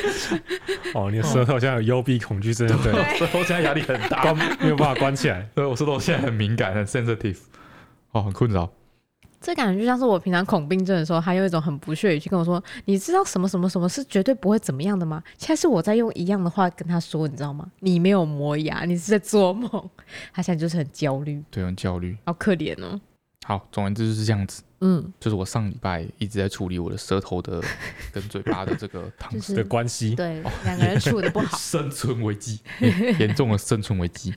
*laughs* 哦，你的舌头现在有幽闭恐惧症，对，
舌头现在压力很大，
关没有办法关起来。
对我舌头现在很敏感，很 sensitive，哦，很困扰。
这感觉就像是我平常恐病症的时候，他用一种很不屑语气跟我说：“你知道什么什么什么是绝对不会怎么样的吗？”现在是我在用一样的话跟他说，你知道吗？你没有磨牙，你是在做梦。他现在就是很焦虑，
对，很焦虑。
好可怜哦。
好，总而言之就是这样子。
嗯，
就是我上礼拜一直在处理我的舌
*laughs*
头的跟嘴巴的这个唐
就是
的关系，
对，
哦
两个人
*laughs*
处的不好，
生存危机，哎严
*laughs*
严重的生存危机，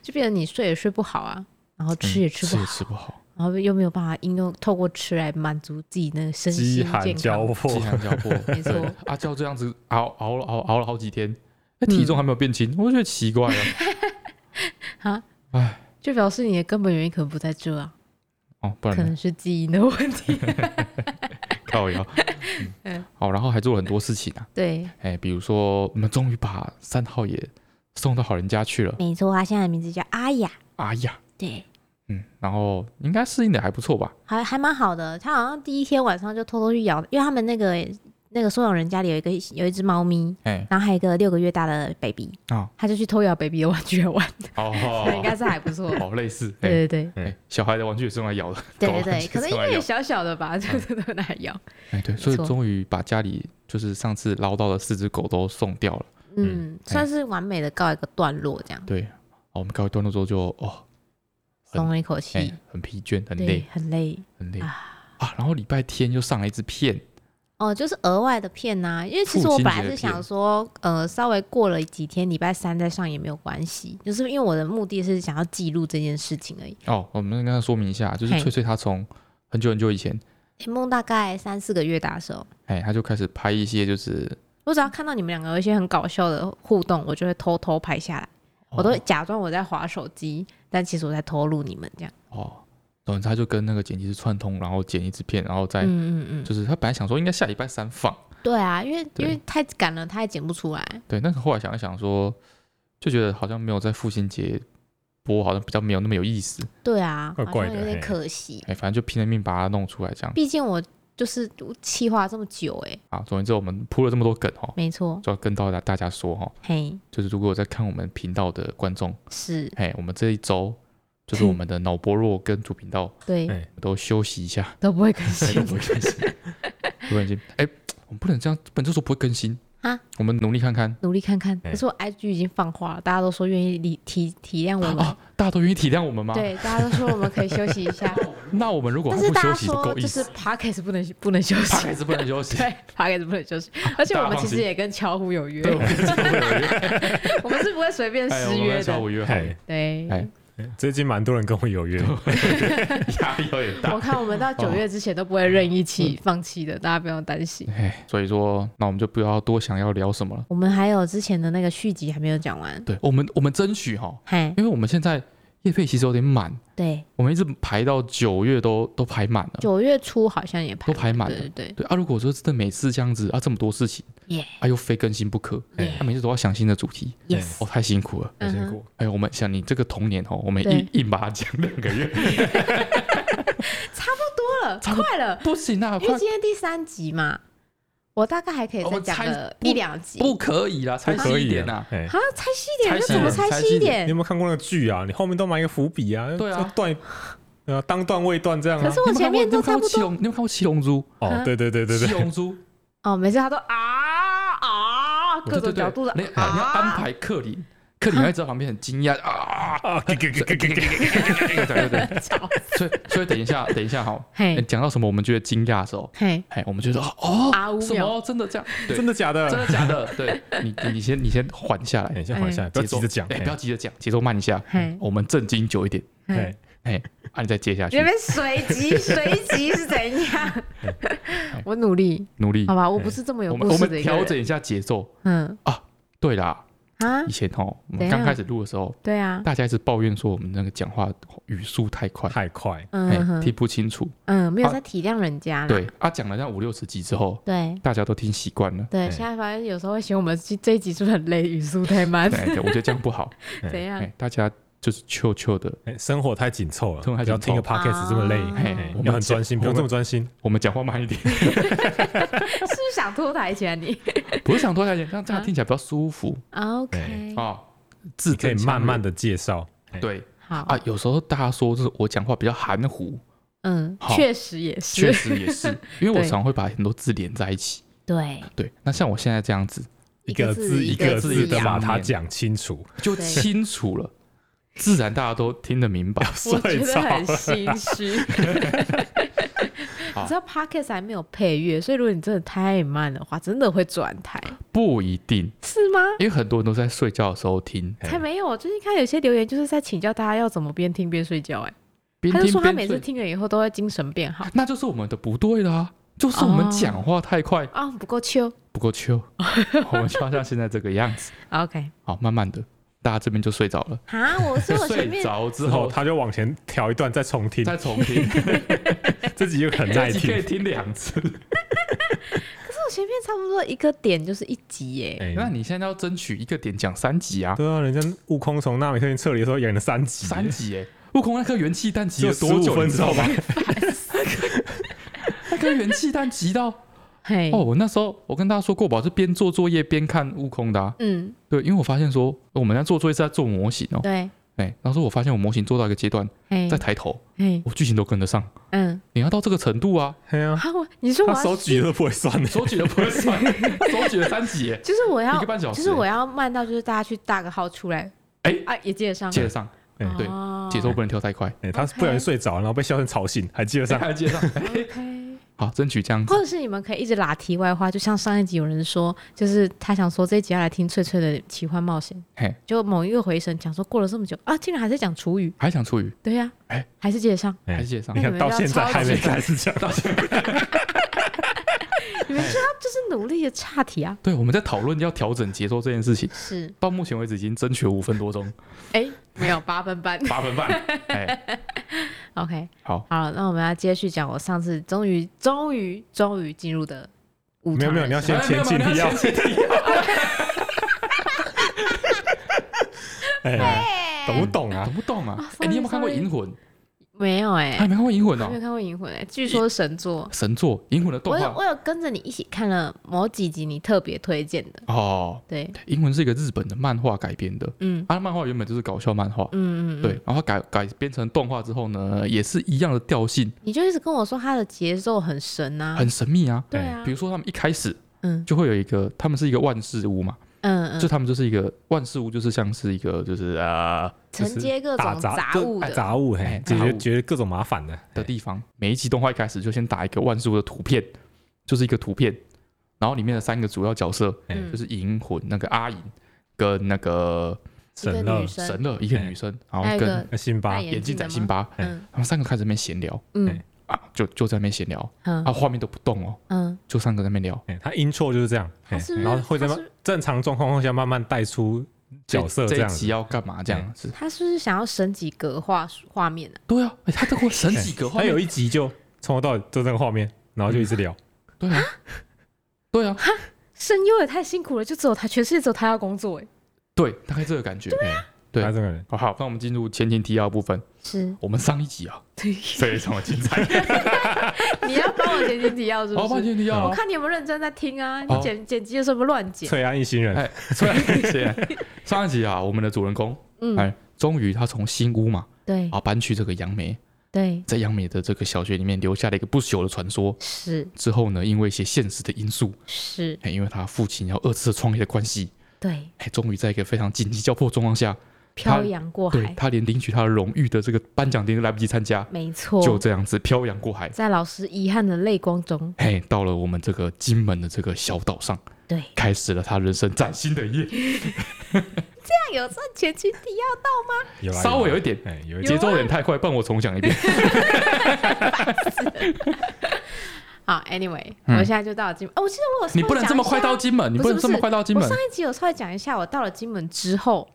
就变成你睡也睡不好啊，然后吃也吃不
嗯
好，
吃也吃不好，
然后又没有办法应用透过吃来满足自己的身
饥
心
寒
健
交
康。
迫，
饥寒交迫，
没错
对，阿娇这样子熬熬了熬熬了好几天，那体
嗯
重还没有变轻，我觉得奇怪
*laughs*
啊。
啊，
唉，
就表示你的根本原因可能不在这啊，
哦，不然
可
呢
能是基因的问题。
靠
*laughs*
腰。嗯
嗯，
好，然后还做了很多事情啊，
对，
哎，比如说我们终于把三号也送到好人家去了。
没错，他现在的名字叫阿雅，
哎呀，
对，
嗯，然后应该适应的还不错吧？
还还蛮好的。他好像第一天晚上就偷偷去咬，因为他们那个那个收养人家里有一个有一只猫咪，
哎，
然后还有一个六个月大的 baby，
啊，
他就去偷咬 baby 的玩具来玩，
哦，
*laughs* 应该是还不错。
哦，类似，哎，
对对对
哎，小孩的玩具也是用来咬的，
对
狗
对
的玩
对，
具
可能
*laughs* 也是
因
用来
为也
咬的。
小小的
嗯
吧，就是都拿来咬。
哎，对，所
没
以
错
终于把家里就是上次捞到的四只狗都送掉了。
嗯，算是完美的告一个段落，这样
对，好，我们告一段落之后就哦，很
松了一口
哎、
气，
很疲倦，很
对
累，，
很累。
很累
啊
啊。然后礼拜天又上了一支片，
哦，就是额外的片呐、因为其实
父
我
亲
本来
节的
是
片
想说，呃，稍微过了几天，礼拜三再上也没有关系，就是因为我的目的是想要记录这件事情而已。
哦，我们跟他说明一下，就是
嘿
翠翠她从很久很久以前，
诶梦大概三四个月大的时候，
哎、她就开始拍一些就是，
我只要看到你们两个有一些很搞笑的互动，我就会偷偷拍下来，
哦
我都会假装我在划手机，但其实我在偷录你们这样。
哦，总之她就跟那个剪辑师串通，然后剪一支片，然后再、
嗯嗯嗯，
就是她本来想说应该下礼拜三放，
对啊，因为因
对
为太赶了，他也剪不出来。
对，但是后来想一想说，就觉得好像没有在父亲节播，好像比较没有那么有意思，
对啊，
怪怪
好
的
像有点
嘿
可惜。
哎、反正就拼了命把它弄出来这样
毕竟我就是气化这么久、欸，哎，
啊。总而言之，我们铺了这么多梗哦，
没错，
就要跟到大大家说哦。
嘿，
就是如果有在看我们频道的观众，
是
哎，我们这一周就是我们的脑波弱跟主频道
对，
哎
都休息一下，
都不会更
*laughs* 对
新
都不会更新，不会更新。哎，我们不能这样，本周说不会更新
啊，
我们努力看看
努力看看。
哎
可是我 IG 已经放话了，大家都说愿意理体体谅我们，
啊，大家都愿意体谅我们吗？，
对，大家都说我们可以休息一下，
那我们如果
但
还
是
不
大家
休息，不
说
够意
就是
思，
Podcast 不能不能休
他
息
还，是不能休息。
对，Podcast 不能休息，而且我
大家
们
放
其实
心
也跟巧虎有约，
对，我们跟
我们是不会随便
哎，
失
我们
约
跟小
的，
五约好了，
哎，
对。
哎
最近蛮多人跟我有约，
压力有点
我
大。哦
看我们到九月之前都不会任意起放弃的，大家不用担心。
*laughs* 哎，所以说，那我们就不要多想要聊什么了。
我们还有之前的那个续集还没有讲完，
对我们，我们争取哈，
嗨，
因为我们现在业配其实有点满，
对，
我们一直排到九月都都排满了，
九月初好像也排
都排满了
对对
对啊，如果说真的每次这样子啊，这么多事情，
对
啊又非更新不可，
哎
啊每次都要想新的主题，
对
，yes，
哦太辛苦了。
很辛苦。
哎呦，我们想你这个童年哦，我们
对
一一把它讲两个
*laughs*
月，
多了，快了，
不行啊，
因为
快
今天第三集嘛，我大概还可以再讲
我们
个
猜不
一两集。
不可以啦，才
不可
细一
以
点
啊
呐！，
哎，
啊，猜细一点，
猜
这
细
怎么
一点
细一
你有？没有看过那个剧啊？你后面都埋一个伏笔啊，
对啊
就断，对啊，当断位断这样啊
可。是我前面
你有
都
没有看哦
差
过
不
七
多。
龙，你有没有看过七龙珠？
哦，对对对对
七
对，
龙珠，
哦，没事，他都啊啊，各种角度的
你哎你要安
啊。
排克林，克林会在旁边很惊
*laughs*
讶啊，
啊，给给给给给给，
对对对，所以所以等一下等一下哈，
嘿
讲到什么我们觉得惊讶的时候，
嘿，
哎，我们觉得哦
啊五
什
秒
么真的
*laughs*
这样，对
真的假
真
的？
的假的？对你，你你先你先缓下
哎，
来，
先缓下来，不要
节奏
急着讲，
哎，
哎
不要急着讲，节奏慢一下
嘿，
我们正经久一点，
嘿，
哎
哎，啊，你再接下去
你，们随机随机是怎
*laughs*
样？我努力，
努力
好，吧，我不是这哦么有
嗯我
故
们我
事
们
的一个
调整
人。
一下节奏。
嗯
对啦，
啊
以，前哦，我
怎
们
样
刚开始录的时候，
对啊，
大家一直抱怨说我们那个讲话语速太快，
太快，
哎
嗯，哼
听不清楚。
嗯，没有
啊
在体谅人家啦。
对啊，讲了那五六十集之后，
对
大家都听习惯
*laughs*
了。
对，
哎
现在发现有时候会嫌我们这这一集是不是很累，语速太慢，
哎， *laughs* 对我觉得这样
*laughs*
不好，
哎
怎样？
哎，大家就是悄悄的，
哎，生活太紧凑了，
生活太
不要
紧凑
听个 podcast 这么累，
啊
哎
我们
要很专
讲
心，不用这么专心。
我们讲话慢
*laughs*
一点，
是不是想拖台起来
*laughs*
你
不是想多讲一点，
嗯
让这样听起来比较舒服
？OK，
啊。
你
字
可以
正腔
慢
圆
慢的介绍，哎
对
好
啊，有时候大家说就是我讲话比较含糊，
嗯，
啊好
确实也
确
是，
实
*laughs*
也是，因为我
对
常会把很多字连在一起。 *laughs*
对，
对，那像我现在这样子
一个字
一
一
个
个
字
字的
一个字
把它
念
讲清楚，
就
对
清楚了，自然大家都听得明白。
我觉
睡
得
着了
很心虚。
*laughs*
你知道 Podcast 还没有配乐，所以如果你真的太慢的话，真的会转台，
不一定，
是吗？
因为很多人都在睡觉的时候听，
哎
啊才没有，最近看有些留言就是在请教大家要怎么边听边睡觉、哎，
边
他就
听
说他
边
每次
睡，
听了以后都会精神变好
那就是我们的不对啦，就是我们
哦
讲话太快，
啊，不够 chill。
不
*laughs*
够 chill，我们就要像现在这个样子。
OK，
好，慢慢的，大家这边就睡着了。
啊，我所以我前
睡
面
着之
之后
后，
他就往前调一段再重听，
再重听，
自己就很耐
这集可以
听。
听两次。
可是我前面差不多一个点就是一集耶，
哎
那你现在要争取一个点讲三集啊，
对啊，人家悟空从纳米克星撤离的时候演了三集，
三集哎、悟空那颗元气弹
只
集
有
了多久，
15分
你知道
钟
吗
吧？？
*laughs* 那颗元气弹集到
嘿
哦，，我那时候我跟大家说过吧，我是边做作业边看悟空的、啊。
嗯，
对，因为我发现说我们在做作业是在做模型哦、
对，
哎、然后说我发现我模型做到一个阶段，
嘿
再，抬头，
嘿，
我剧情都跟得上。
嗯，
你要到这个程度
*laughs*
啊，
对啊，
啊，我你说我
他
要
手举都不会算的，
手举都不会算，手举了三集、哎
就是我要
一个半小
就
时
是我要慢到就是大家去大个号出来，
哎
啊也接得上，
接得上，
哎
对
哦
节奏不能跳太快，
哎，他不小心睡着，然后被笑声吵醒，还接得上。
哎
还要接上，
OK，
*laughs* 好，争取这样子
或。者是你们可以一直拉题外话，就像上一集有人说，就是他想说这一集要来听翠翠的奇幻冒险
嘿，
就某一个回声讲说过了这么久啊，竟然还在讲厨余，
还想出鱼，
对呀、
哎
还是接得上，
哎
还是接上
你。看到现在
哎
还没开
*laughs*
始讲，
到现在哎
你们知道就是努力的岔题啊，
对，我们在讨论要调整节奏这件事情，
是，
到目前为止已经争取了五分多
*laughs*
钟，
哎、没有八分半
八分半。哎，
，OK，
好，
好，那我们要接续讲我上次终于终于终于进入的无
没有
常
没有，
人
你要
生
先前情提
哎没有没有
要
你要先前
*laughs*
情提要
哎，懂不懂啊
懂？不懂啊
啊？
哎，
sorry，
你有没有看过《
sorry
银魂》？
没有哎、
还没看过《银魂》
没有
哦，
看过《银魂》哎，据说是神作。
神作《银魂》的动
我有
画
我有跟着你一起看了某几集你特别推荐的，
哦，
对，
《银魂》是一个日本的漫画改编的，啊
嗯
它漫画原本就是搞笑漫画。
嗯嗯，嗯
对，，然后改改编成动画之后呢，也是一样的调性，
你就一直跟我说它的节奏很神啊，
很神秘啊。
对啊，
比如说他们一开始
嗯
就会有一个，他们是一个万事屋嘛，
嗯嗯，
就他们就是一个万事屋，就是像是一个就是呃
承接各种
杂
杂物
哎
的，
杂物，
哎
哎，
杂
解
物
决解决各种麻烦的
的地方。每一集动画一开始就先打一个万事屋的图片，就是一个图片，然后里面的三个主要角色
嗯
就是银魂那个阿银跟那个
一个
神乐
女生，
神乐一个
哎
女生，然
还有
后
一
跟
个
那哎辛巴
扮，演
眼镜仔
的吗
辛巴，
嗯
他们三个开始在那边闲聊
嗯
啊，就就在那边闲聊啊，
嗯
画面都不动哦，
嗯，
就三个在那边聊。
哎，他音错就是这样，
他
哎
是不是
然后会在
他是不是
正常状况下慢慢带出角色
这
这
一
样
集
子。哎
要干嘛这样子？
他是不是想要升级格画画面呢？
对啊，哎他这个神
哎
几个画
他
面
有一集就从头到尾就这个画面，然后就一直聊，
对啊，对啊，
声优也太辛苦了，就只有他，全世界只有他要工作哎，
对，大概这个感觉。对
他这个人
好好，那我们进入前情提要的部分。
是，
我们上一集啊，
对，
非常的精彩。
*laughs* 你要帮我剪剪提要是
*laughs* 好，
不
前
是？
情提要
我
啊。
哦看你有没有认真在听啊？
哦
你剪剪辑的时候有没有乱剪？
翠安一行人，
哎，虽然 *laughs* 谢上一集啊，我们的主人公
嗯，
哎，终于他从新屋嘛
对
啊搬去这个杨梅，
对
在杨梅的这个小学里面留下了一个不朽的传说。
是
之后呢，因为一些现实的因素，
是，
哎，因为他父亲要二次创业的关系，
对，
哎，终于在一个非常紧急交迫的状况下，
漂洋过
对
海，
他连领取他的荣誉的这个颁奖典礼都来不及参加，
没错，
就这样子漂洋过海，
在老师遗憾的泪光中，
嘿，到了我们这个金门的这个小岛上，
对，
开始了他人生崭新的一页，
那有算前期提要到
有啦
稍微有一，点
啦哎，有
有
一集
节奏有点太快，帮我重讲一遍。
好，Anyway，、
嗯
我现在就到了金门。哦，我记得我有稍微
你不能这么快
讲
到
一下啊
金门，你
不是
能这么快到金门
我上一集有稍微讲一下，我到了金门之后。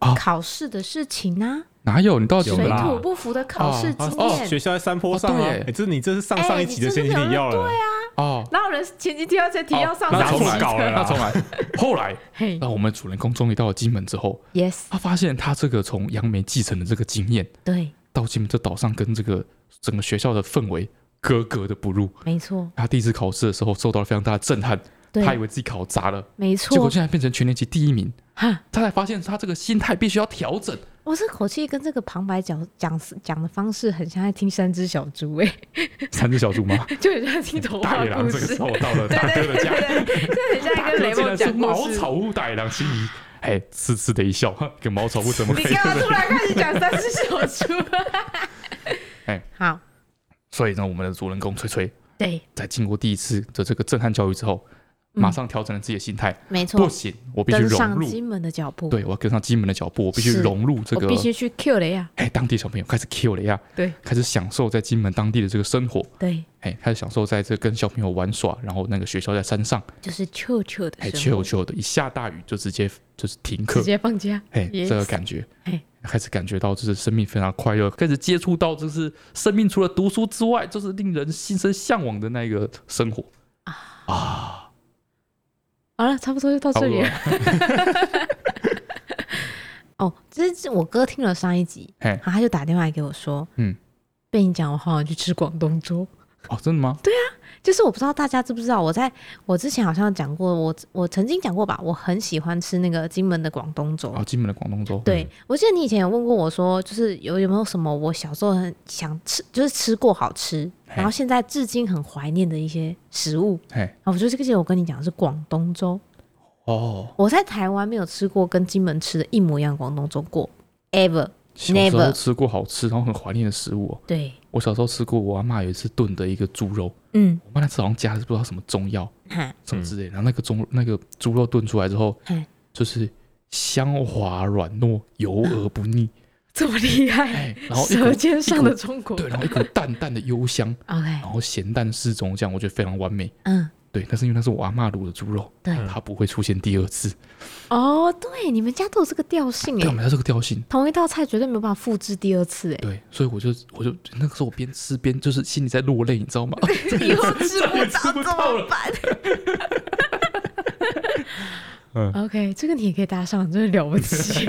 啊
考试的事情啊，
哪有？你到金啊
有
水
门
啦
土不服的考试经
哦
验，
学校在山坡上
哦
啊
对耶，
哎，这是你这是上上一集的前提你要了，
哦，
哪有人前期提到再提要上上
好哦那
拿
一集
重
错
来
稿了
那
啦
重来。 *laughs* 后
*laughs*
来，
嘿
那我们主人公终于到了金门之后，
，Yes，
他发现他这个从杨梅继承的这个经验，
对，
到金门这岛上跟这个整个学校的氛围格格的不入。
没错，
他第一次考试的时候受到了非常大的震撼，他以
对，
为自己考砸了，
没
结果
错，
竟然变成全年级第一名。
哈，
他才发现他这个心态必须要调整。
我这口气跟这个旁白讲讲讲的方式很像在听三只小猪，哎，
三只小猪吗？
*laughs* 就很像在听童话
大野狼
故
这个
事
时，候到了大哥的家，
对，对，就很像
大
一个
哥
雷
竟
梦
然
讲
是 *laughs* 茅
故事。
草屋大野狼心仪，哎，痴痴的一笑，哼个茅草屋怎么可
你
以？
干嘛突然开始讲三只小
*laughs*
猪？
哎，
好，
所以呢，我们的主人公崔崔
对，
在经过第一次的这个震撼教育之后，
嗯
马上调整了自己的心态，
没错
不，行，我必须
跟
融
上
入，
金门的脚步，
对我要跟上金门的脚步，我必须
是
融入这
我
个
必须去 Q 啊了呀，
哎当地小朋友，开始 Q 了呀，
对
开始享受在金门当地的这个生活，
对，
哎，开始享受在这跟小朋友玩耍，然后那个学校在山上，
就是 Q Q 的
哎，
生
秋
活，
秋的，一下大雨就直接就是停课
直，接放假，
哎，
Yes
这个感觉
哎，
开始感觉到就是生命非常快乐，开始接触到就是生命除了读书之外，就是令人心生向往的那个生活啊。
好了，差不多就到
差
这
不
里
多
了。哦，这是我哥听了上一集，
嘿
然后他就打电话来给我说，
嗯，
被你讲，我好想去吃广东粥。
哦，真的吗？
就是我不知道大家知不知道，我在我之前好像讲过，我我曾经讲过吧，我很喜欢吃那个金门的广东粥。
哦，金门的广东粥，
对，我记得你以前有问过我说，就是有有没有什么我小时候很想吃，就是吃过好吃，
嘿
然后现在至今很怀念的一些食物。
哎，
然后我觉得这个记得我跟你讲的是广东粥，
哦，
我在台湾没有吃过跟金门吃的一模一样的广东粥过，ever。
小时候
Never
吃过好吃，然后很怀念的食物、哦。
对，
我小时候吃过我阿妈有一次炖的一个猪肉，
嗯，
我妈那次好像加了不知道什么中药
哈，
什么之类的，然后那个中那个猪肉炖出来之后
嗯，
就是香滑软糯，油而不 *laughs* 腻，
*laughs* 这么厉害，
哎，然后一
舌
股
尖上的中国。
对，然后一股淡淡的幽香，
OK，
然后咸淡适中，这样我觉得非常完美。
嗯，
对，但是因为那是我阿妈卤的猪肉，
对
它不会出现第二次。
哦，对，你们家都有这个调性
对，我
哎，
们家这个调性。
同一道菜绝对没有办法复制第二次
*laughs*
哎，
对，所以我就我就那个时候我边吃边就是心里在落泪，你知道吗？
以后吃
也吃
不到怎
不到
么
了
办
嗯
？OK，这个你也可以搭上，真的了不
*laughs*
起。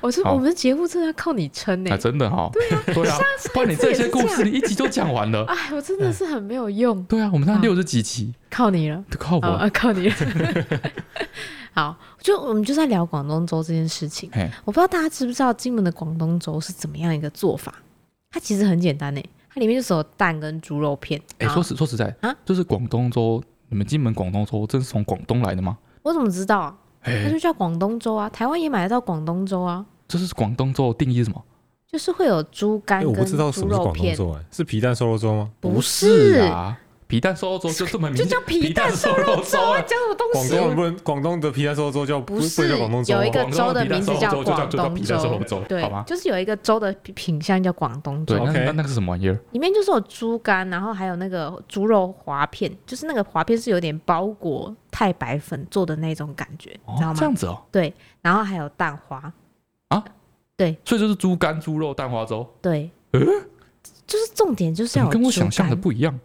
我说
好
我们节目真的要靠你撑
啊，
哎，
真的哈、对啊，对啊，不然你这些故事你一集就讲完 *laughs* 了。
哎，我真的是很没有用，
对啊，我们那
啊
六十几集
靠你了。
都靠
啊
哦我。
啊，靠
*laughs*
你了。 *laughs* 好，就我们就在聊广东粥这件事情。
嘿，
我不知道大家知不知道金门的广东粥是怎么样一个做法？它其实很简单诶、哎它里面就是有蛋跟猪肉片。
哎，
然后
说实说实在
啊，
就是广东粥，你们金门广东粥真是从广东来的吗？
我怎么知道啊？它
哎，
就叫广东粥啊，台湾也买得到广东粥啊，
这是广东粥的定义是什么？
就是会有猪肝
哎，我不
跟
知道什
猪
么是
肉
广东
片，
粥，哎，是皮蛋瘦肉粥吗？
不
是
是，
啊，皮蛋瘦肉粥就这么明
就
显，
叫皮蛋
蛋
瘦
肉
肉粥啊，
啊。
叫什么东
广东人
西？
不能，广东的皮蛋瘦肉粥叫
不
不不能
是
叫广东，粥
有
啊
一个
广东
粥
的皮蛋
名字
瘦肉
叫
粥就叫
广
就叫
东
皮蛋瘦肉粥
对
好吧，
就是有一个粥的品相叫广东
对，
粥。
那
OK
那那个是什么玩意儿？
里面就是有猪肝，然后还有那个猪肉滑片，就是那个滑片是有点包裹太白粉做的那种感觉，你知道
哦，这
吗
样？子哦，
对，然后还有蛋花，
所以就是猪肝、猪肉、蛋花粥，
对，
呃
就是重点就是
怎
要有
么跟我
猪
想象的
肝
不一样？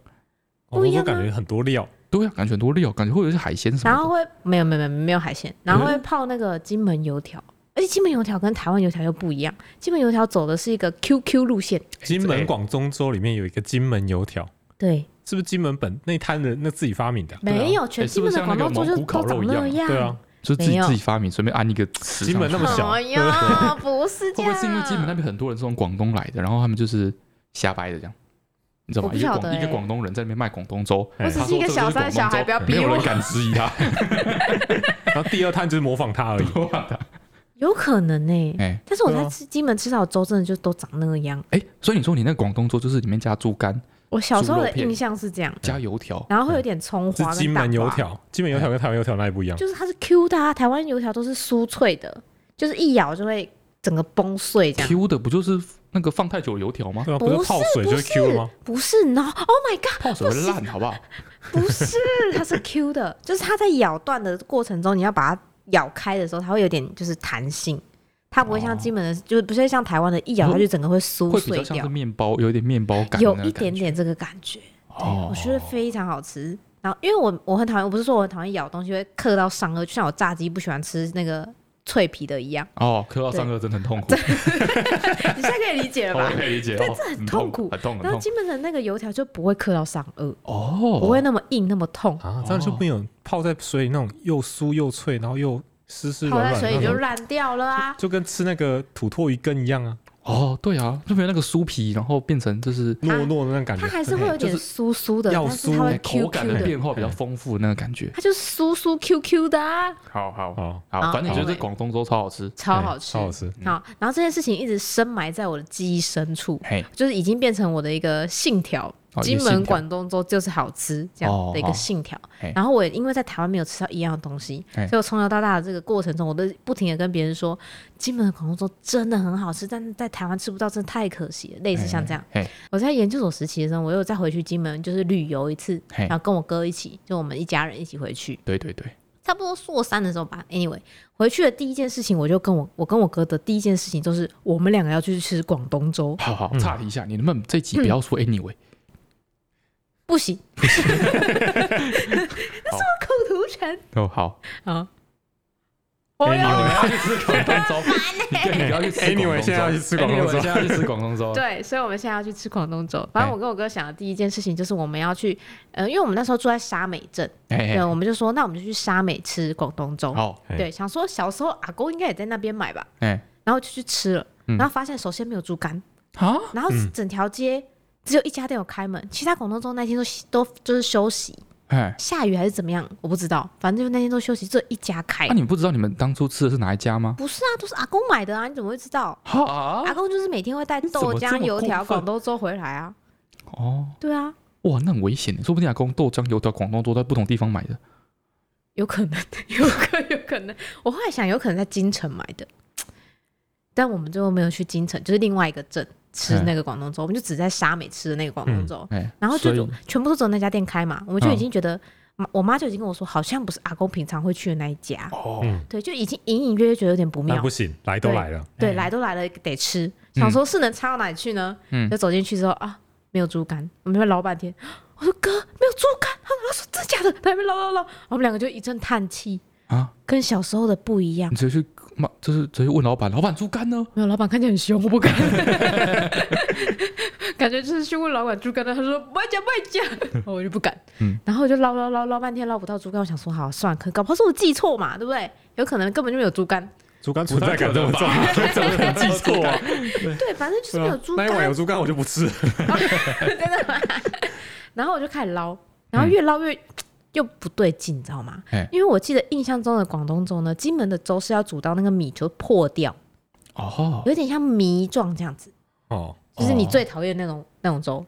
不一样
我感觉很多料，
对啊，感觉很多料，感觉会有一些海鲜什
然
么
后
的。
会没有没有没有没有海鲜，然后会
嗯
泡那个金门油条，而且金门油条跟台湾油条又不一样，金门油条走的是一个 QQ 路线，
金门广东粥里面有一个金门油条，
对，
是不是金门本那摊人那自己发明的啊？
没有全
啊诶
金
是不
门
是
的广
像那
东
个
粥
蒙
就
古烤
都长
肉一
那样，
对啊，
就是自
没
己
有
自己发明，随便按一个词上去。
金门那么小
哎呀，不是这样，
会不
啊
会是因为金门那边很多人是从广东来的，然后他们就是瞎掰的这样？你知道
我
吗？
不
一个
晓
广、
得
一个
欸
广东人在那边卖广东粥，
哎
我只是一个小三小孩，不要
没
逼
有
我
人。敢质疑
*laughs*
他。
然后第二摊就是模仿 *laughs* 他而已。
有可能呢、
哎
但是我
对啊
在吃金门吃到的粥，真的就都长那个样。
哎、所以你说你那个广东粥就是里面加猪肝、
我小时候的
猪肉片
印象是这样，
加油条，
然后会有点葱
是
花跟
金
蛋
门油
花，
条，金门油条跟台湾油条那也不一样。
就是它是 Q 的、啊，台湾油条都是酥脆的，就是一咬就会整个崩碎这样。
Q 的不就是那个放太久的油条吗？
对啊，
不
不
是
是泡水就
不
会 Q 了吗？
不是，no，Oh my god，
泡水会烂，好不好？
不是，它是 Q *laughs* 的，就是它在咬断的过程中，你要把它咬开的时候，它会有点就是弹性，它不会像
哦
金门的，就是不是像台湾的，一咬它就整个会酥
会比较
碎
像
掉
是，面包，有一点面包感的那
有
个感觉，
一点点这个感觉。对，
哦。
我觉得非常好吃。然后，因为我我很讨厌，我不是说我很讨厌咬东西会刻到上颚，就像我炸鸡不喜欢吃那个脆皮的一样。
哦，磕到上颚真的很痛苦，
*laughs* 你现在可以理解了
我
吧？
可以理解。对，这
啊很痛苦
很痛，很
然后
痛。
金门的那个油条就不会刻到上颚，
哦，
不会那么硬那么痛，
啊，这样就没有泡在水里那种又酥又脆，然后又湿湿
泡
软
在
软，
水里
那
就
种
烂掉了啊。
就跟吃那个土托鱼羹一样啊，
哦，对啊，就没有那个酥皮，然后变成就是
它
糯糯的那种感觉
它。还是会有点
就
酥酥的，
要
但是它会 Q
酥
哎口感
Q
的
的，
变化比较丰富的那个感觉。
它就是酥酥 Q Q 的啊，
好好
哦，
好
好，反正
好
就是广东粥超好吃。
超
哎
好吃
超。好吃。
好，然后这件事情一直深埋在我的记忆深处，
嘿，
就是已经变成我的一个信条。
哦
金
一个
门、
信条
广东粥就是好吃这样的一
哦
个
哦
信条。
嘿
然后我也因为在台湾没有吃到一样的东西，
嘿
所以我从小到大的这个过程中，我都不停的跟别人说，金门的广东粥真的很好吃，但是在台湾吃不到，真的太可惜了。类似像这样，
嘿，
我在研究所时期的时候，我又再回去金门，就是旅游一次，
嘿
然后跟我哥一起，就我们一家人一起回去。
对对对，
差不多硕三的时候吧。Anyway，回去的第一件事情，我就跟我我跟我哥的第一件事情就是，我们两个要去吃广东粥，
好好
嗯
岔题一下，你能不能这集不要说 anyway？
不行，
好
口头禅
哦，好，
啊。
Anyway
我要
你们哎要去吃广东粥，你 *laughs* 对，你不要去吃
Anyway，
广东粥
现在要去吃广东
Anyway，
粥
现在要去吃广东粥，
对，所以我们现在要去吃广东粥。反正
哎
我跟我哥想的第一件事情就是我们要去，呃，因为我们那时候住在沙美镇，
嘿，
对，
嘿
我们就说那我们就去沙美吃广东粥。
哎好，
哎
对，想说小时候阿公应该也在那边买吧，
哎，
然后就去吃了，
嗯
然后发现首先没有猪肝，
啊，
然后
嗯
整条街只有一家店有开门，其他广东粥那天都都就是休息，
哎，
下雨还是怎么样，我不知道，反正就那天都休息，只有一家开。
那啊你们不知道你们当初吃的是哪一家吗？
不是啊，都是阿公买的啊，你怎么会知道？
哈，
阿公就是每天会带
哦你怎么
豆
这
浆、
么
油条、
过分
广东粥回来啊。
哦，
对啊，
哇，那很危险耶，说不定阿公豆浆、油条、广东粥在不同地方买的。
有可能， *laughs* 有可有可能。我后来想，有可能在京城买的，但我们最后没有去京城，就是另外一个镇吃
嗯
那个广东粥，我们就只在沙美吃的那个广东粥，
哎，
然后就
所以
全部都只有那家店开嘛，我们就已
嗯
经觉得，妈我妈就已经跟我说，好像不是阿公平常会去的那一家，
哦
嗯
对，就已经隐隐约约觉得有点不
那
妙
不。行，来都
对
来了，
对，
哎
来都来了，得吃。想说是能差到哪里去呢？
嗯
就走进去之后啊，没有猪肝，我们就老半天。我说哥，没有猪肝。他他说啊真的假的？他那边捞捞捞，我们两个就一阵叹气，
啊，
跟小时候的不一样
你。直接去骂，就是直接问老板，老板猪肝呢？
没有，老板看起来很凶，我
*laughs*
不敢。感觉就是去问老板猪肝的，他说不要讲，不要讲，哦我就不敢。
嗯
然后就捞捞捞捞半天捞不到猪肝，我想说好算了，可搞不好是我记错嘛，对不对？有可能根本就没有猪肝。
猪肝存在感这么重，怎么可能记错啊？
对，反正 *laughs* 就是没有猪
那
肝
一。碗有猪肝我就不吃，
真的吗？然后我就开始捞，然后越捞越、又不对劲，你知道吗
哎？
因为我记得印象中的广东粥呢，金门的粥是要煮到那个米就破掉，
哦，
有点像糜状这样子，
*laughs* 哦，
就是你最讨厌的那种那种粥。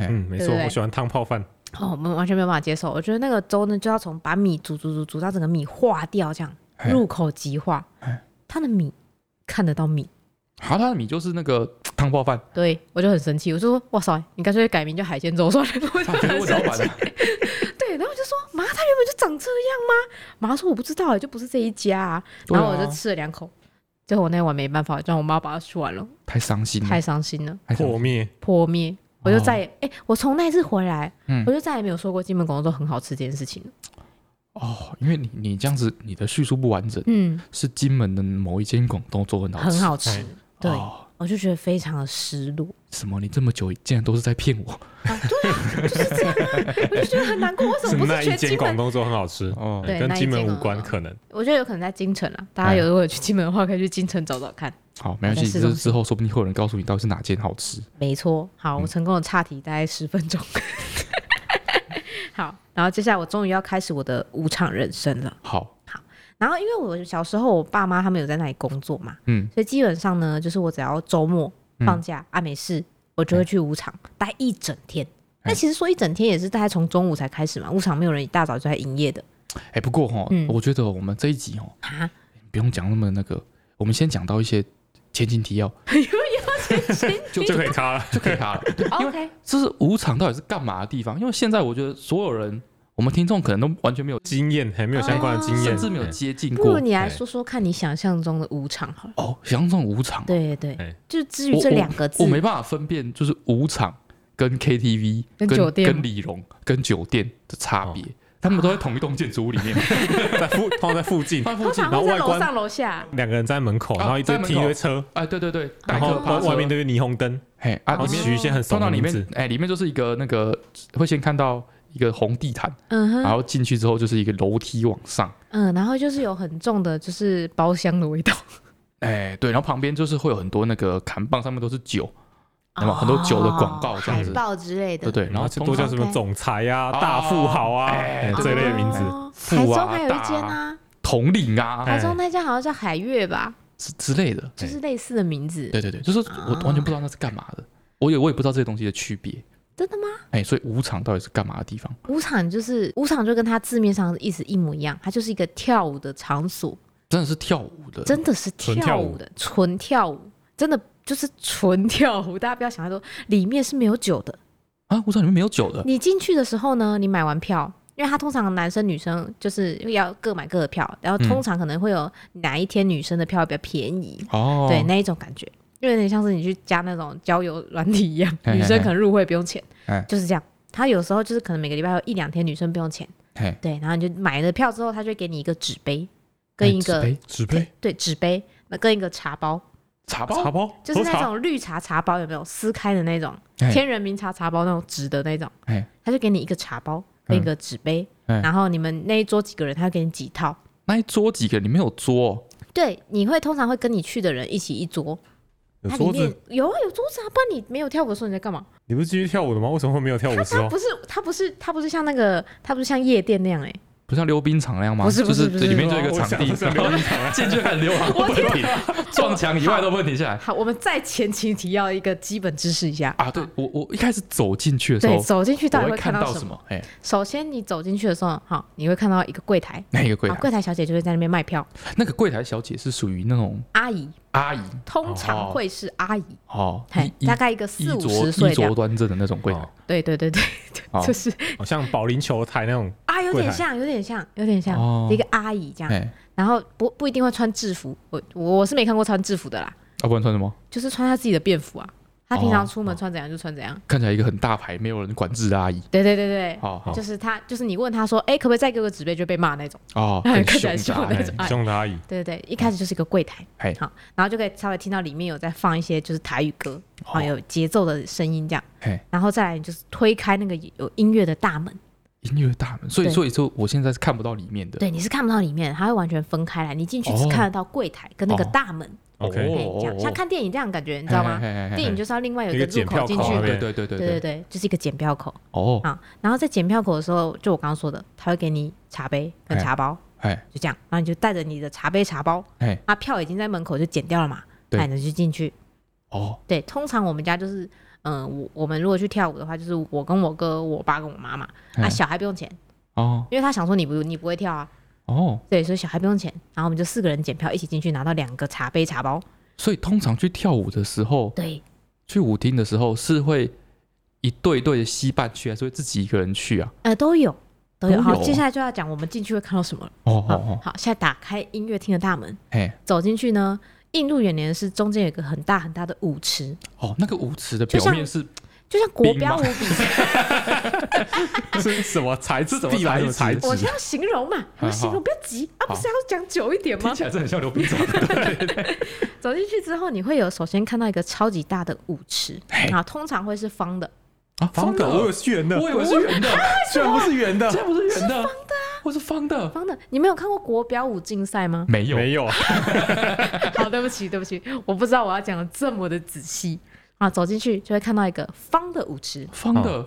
嗯，没
对
错，
对对
我喜欢汤泡饭，
哦，我们完全没有办法接受。我觉得那个粥呢，就要从把米煮煮煮煮到整个米化掉，这样
哎
入口即化
哎。
它的米看得到米，
好，他的米就是那个
*laughs*
汤泡饭，
对我就很生气，我就说：“哇塞，你干脆改名叫海鲜粥算了。” *laughs* 我就
他直接
很
问
生
老
气
板啊，
对，然后我就说妈，它原本就长这样吗？妈说我不知道、欸，就不是这一家、啊。
对
然后
啊
我就吃了两口，最后我那碗没办法，让我妈把它吃完了，
太伤心了
太，伤心了，
太伤
破灭，
破灭。我就再也哎、我从那一次回来，
嗯
我就再也没有说过金门广东粥很好吃这件事情了。
哦，因为你你这样子，你的叙述不完整，
嗯，
是金门的某一间广东粥很好吃，
很好吃
哎，
对，
哦
我就觉得非常的失落，
什么？你这么久竟然都是在骗我？
我就觉得很难过。为什
是
么不
那
是
一
全
间
金
广
门？
东粥很好吃，
哦
对
跟
那一
金门
间
无
广
关，
东
可能
我觉得有可能在京城啊，大家
哎
有如果去金门的话，可以去京城找找看。
好，没
好
关
像
系，
是
这
东
是
西
之后说不定会有人告诉你到底是哪间好吃。
没错，好，我成功的岔题大概十分钟。 *laughs* 好，然后接下来我终于要开始我的舞场人生了。
好，
然后因为我小时候我爸妈他们有在那里工作嘛，
嗯，
所以基本上呢，就是我只要周末放假、啊没事，我就会去舞场待一整天。那其实说一整天也是大概从中午才开始嘛，舞场没有人一大早就在营业的
哎、不过哈，
嗯
我觉得我们这一集哦，
啊。
不用讲那么那个，我们先讲到一些前情提要
*laughs* 就就可以卡了。
就可以卡了。对因为
哦 OK，
*laughs* 这是舞场到底是干嘛的地方？因为现在我觉得所有人，我们听众可能都完全没有，
经验还没有相关的经
哦
验，
甚至没有
哎
接近
不如
过。
你来说说看你想象中的舞场好了。
哦，想象中舞场，
对对
哎，
就至于
我
这
我
两个字
我，没办法分辨，就是舞场跟 KTV、
跟酒店
跟理容、跟酒店的差别。他们都在同一栋建筑物里面，
在附通常在
*laughs*
附近，
它附
通
近
常
然
会
后
在
外
楼
观
上楼下。
两个人在门口，
啊
然后一堆
在门口
停一堆车，
哎，对对对，
然
带
然
客
后
后
趴
外
车
外面都是霓虹灯，
嘿啊，
然后
里面
取一些很
通
怂的
常里
名
面
字，
哎、里面就是一个那个会先看到一个红地毯，
嗯哼
然，后进去之后就是一个楼梯往上，
嗯，然后就是有很重的，就是包厢的味道，
哎、对，然后旁边就是会有很多那个砍棒，上面都是酒，
哦
那么很多酒的广告这样子
海报之类的，
对不对？然后
就
通
多叫
常
什么
OK
总裁啊、
哦
大富豪啊
哎
哎这类的名字。
哦
富
台
啊
中还有一
大
间
啊
啊，
统领啊
哎
台中那家好像叫海悦吧，
之之类的，
就是类似的名字。啊
对对对，就是我完全不知道那是干嘛的，我也我也不知道这些东西的区别，
真的吗？
哎、所以舞场到底是干嘛的地方？
舞场就是舞场，就跟它字面上的意思一模一样，它就是一个跳舞的场所，
真的是跳舞的，
真的是
纯
跳
跳
舞
舞
的，纯跳舞，真的就是纯跳舞。大家不要想太多，里面是没有酒的。
啊！舞场里面没有酒 *laughs* 的，
你进去的时候呢，你买完票，因为他通常男生女生就是要各买各的票，然后通常可能会有哪一天女生的票比较便宜，
哦，
对那一种感觉，就有点像是你去加那种交友软体一样，
*laughs* 嘿嘿
女
嘿
生可能入会不用钱
哎，
就是这样。他有时候就是可能每个礼拜有一两天女生不用钱，
嘿，
对，然后你就买了票之后，他就会给你一个纸杯跟
哎
一个
纸杯纸
对
杯
对纸杯，那跟一个茶包，
茶包，
茶包，
就是
喝
那
茶
种绿茶茶包，有没有撕开的那种
哎
天人名茶茶包那种纸的那种
哎，
他就给你一个茶包跟一个纸杯，
哎
然后你们那一桌几个人，他会给你几套。
那一桌几个？你没有桌哦、
对，你会通常会跟你去的人一起一桌，
有
它里
桌
面
子，
有啊有桌子啊，不然你没有跳舞的时候你在干嘛？
你不是继续跳舞的吗？为什么会没有跳舞哦的时
它
候
不？是它不是它不是像那个它不是像夜店那样哎、
不是像溜冰场那样吗？
不是
就
不是
是
不是
里面就有一个
我
场
想
地，
我想
然后
溜冰场啊
进去很溜啊，不能停，撞墙以外都不能停下来
好，我们再前情提要一个基本知识一下。
啊！对我我一开始走进去的时
对，
候，
走进去到
我
底
会
看
看
到
到
什
什
么？
么？哎，
首先，你走进去的时候，好，你会看到一个柜台，
那个柜
好，
台，
柜台小姐就会在那边卖票。
那个柜台小姐是属于那种
阿姨
阿姨
通常会是阿姨，
哦，
嘿，
衣
大概一个
衣
四五
着
十岁
衣
这
着
样。
端正的那种柜台
哦，
对对对对，
哦
就是
好像保龄球台那种，
啊，有
柜
点
台
像，有点像，有点像、
哦
一个阿姨这样。
哎，
然后不不一定会穿制服，我我我是没看过穿制服的啦，
要啊不然穿什么？
就是穿她自己的便服啊。她平常
哦
出门穿怎样就穿怎样。
看起来一个很大牌，没有人管制的阿姨，
对对对对，
好好
就是她，就是你问她说，哎、可不可以再给我个纸杯，就会被骂那种。 *laughs*
哦，
哎
很
看起来
凶
凶
的阿
那
姨
种
哎凶的阿姨，
对对对，一开始就是一个柜台，
嗯嘿
好，然后就可以稍微听到里面有在放一些就是台语歌，
哦
啊、有节奏的声音这样，
嘿，
然后再来你就是推开那个有音乐的大门，
音乐大门，所以
对
所以说我现在是看不到里面的。
对，你是看不到里面，它会完全分开来，你进去只
哦
看得到柜台跟那个
哦
大门，
*laughs*
OK
嘿这样像看电影这样的感觉，你知道吗？电影
就
就是要另外有
有
一
一
个
个
入
检
口
票
进
口
去的，
那
啊哦对
边
对对对
对对对，就是一个检票口
哦，
啊。然后在检票口的时候，就我刚刚说的，他会给你茶杯跟
哎
茶包，
哎
就这样，然后你就带着你的茶杯茶包，
哎
啊，票已经在门口就剪掉了嘛，
对
那你就进去。
哦，
对，通常我们家就是，嗯、我我们如果去跳舞的话，就是我跟我哥、我爸跟我妈妈，啊，
哎
小孩不用钱，
哦
因为他想说你不你不会跳啊，
哦，
对，所以小孩不用钱，然后我们就四个人检票一起进去拿到两个茶杯茶包，
所以通常去跳舞的时候，
对，
去舞厅的时候是会一对一对的戏伴去，还是会自己一个人去啊？
呃，都有都有。
都
好，
有
接下来就要讲我们进去会看到什么了。
哦哦
好，
哦，
好，现在打开音乐厅的大门，
嘿，
走进去呢，映入眼帘的是中间有一个很大很大的舞池，
哦，那个舞池的
就
表
像
面是
就像国
兵
标
吗
舞比赛，
是什么材质？
什么
地来的
材
材
质
质
*laughs* 我？要形容嘛，我要形容，不要急啊，不是要讲久一点吗
听？起来真的很像
*laughs*
溜冰场。
走进去之后，你会有首先看到一个超级大的舞池
嘿
啊，通常会是方的，
啊，
方的，我以为
我
是圆的，
以为是圆的， *laughs*
虽然不是圆
现在
的，
不是圆的，啊我是方的，？
方的。你没有看过国标舞竞赛吗
*laughs* 没有
没有啊，
好，对不起，对不起，我不知道我要讲的这么的仔细啊。走进去就会看到一个方的舞池，
方的，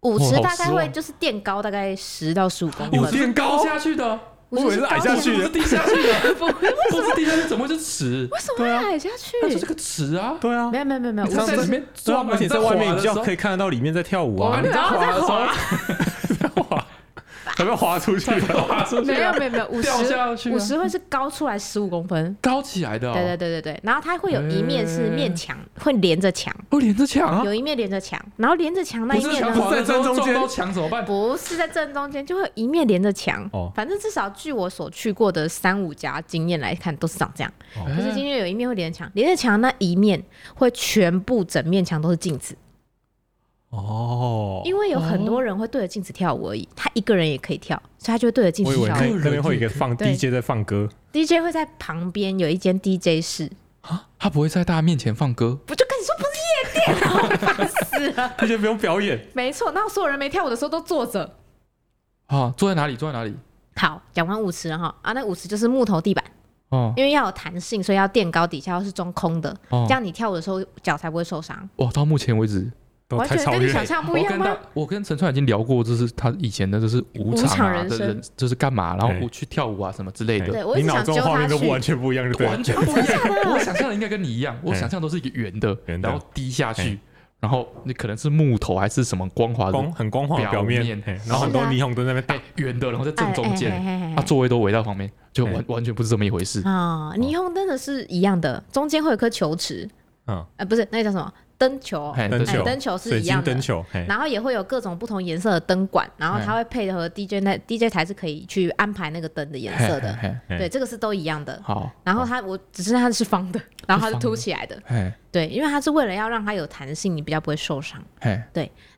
舞
我
池
好
大概
失
会
望
就是垫高大概十到十五公
我
我
有
分，
垫
是高
高
下去的，
我
我以为是矮下去
不是
的，
低下去的，
不为
*laughs* 不是低下去，怎么会是池？
什么会矮下去？
那啊就是个池啊。
对
*laughs*
啊
没，有没有没有没有，
你
舞
上
池
次在里面
对啊
转，
而且在外面你就可
以
以看得到里面在跳舞啊，
你
对
在
啊
滑的时候
我，
*laughs* 还没有滑出去的，
*laughs*
滑出去
没有
啊
没有没有，五
掉
十
下去啊
五十会是高出来十五公分。
高起来的哦，
对对对对对，然后它会有一面是面
嗯
墙，会连着墙，
哦，连着墙啊，
有一面连着墙，然后连着墙那
不
一
是
面
墙
呢
滑
不是
的
在
时候
正中间
撞到墙怎么办？
不是在正中间，就会有一面连着墙。
哦
反正至少据我所去过的三五家经验来看，都是长这样。
哎
就是今天有一面会连着墙，连着墙那一面会全部整面墙都是镜子，
哦，
因为有很多人会对着镜子跳舞而已，他一个人也可以跳，所以他就会对着镜
我以
子
为
跳
那
舞。
那边会有一个放
对
DJ 在放歌，
DJ 会在旁边有一间 DJ 室，
啊，他不会在大家面前放歌，
我就跟你说不是夜店啊，我烦死了。 *laughs*
DJ 不用表演，
没错，那所有人没跳舞的时候都坐着。
啊，坐在哪里？坐在哪里？
好，讲完舞池了哈啊，那舞池就是木头地板，
哦
因为要有弹性，所以要垫高，底下要是中空的，
哦
这，样你跳舞的时候脚才不会受伤。
哇，到目前为止，
都
完
太
全
超
跟你
越
想
了，
象不一
啊
样
我跟
吗
大？我跟陈川已经聊过，就是他以前的就是舞
舞
场
场
啊
人
的
生
人，就是干嘛，然后
哎
我去跳舞啊什么之类的，
对我一
你
直
脑
想
中
揪
的画
他
面都
去，
完全不一样，就对了哎
完，全不一样。我想象的应该跟你一样，我想象都是一个圆的，
圆的
然后低下去
哎，
然后你可能是木头还是什么光滑
光
的
很光滑的表
表面
面，嘿然后很多
是啊
霓虹灯在那边打
哎，圆的，然后在正
哎
中间，
间
啊，座位都围到旁边，就
哎
完完全不是这么一回事。
啊，霓虹灯的是一样的，中间会有颗球池，
嗯，
呃，不是那个叫什么灯球，
哎，
灯
对
哎
球、
灯球是
水
一样
晶
的
灯球，嘿，
然后也会有各种不同颜色的灯管，然后
嘿
它会配合 DJ 那 DJ 台是可以去安排那个灯的颜色的，
嘿嘿嘿
嘿
对，这个是都一样的。
好，
然后它我只是它是方的，然后它是
方
凸
的
起来的，
嘿，
对，因为它是为了要让它有弹性，你比较不会受伤。
嘿，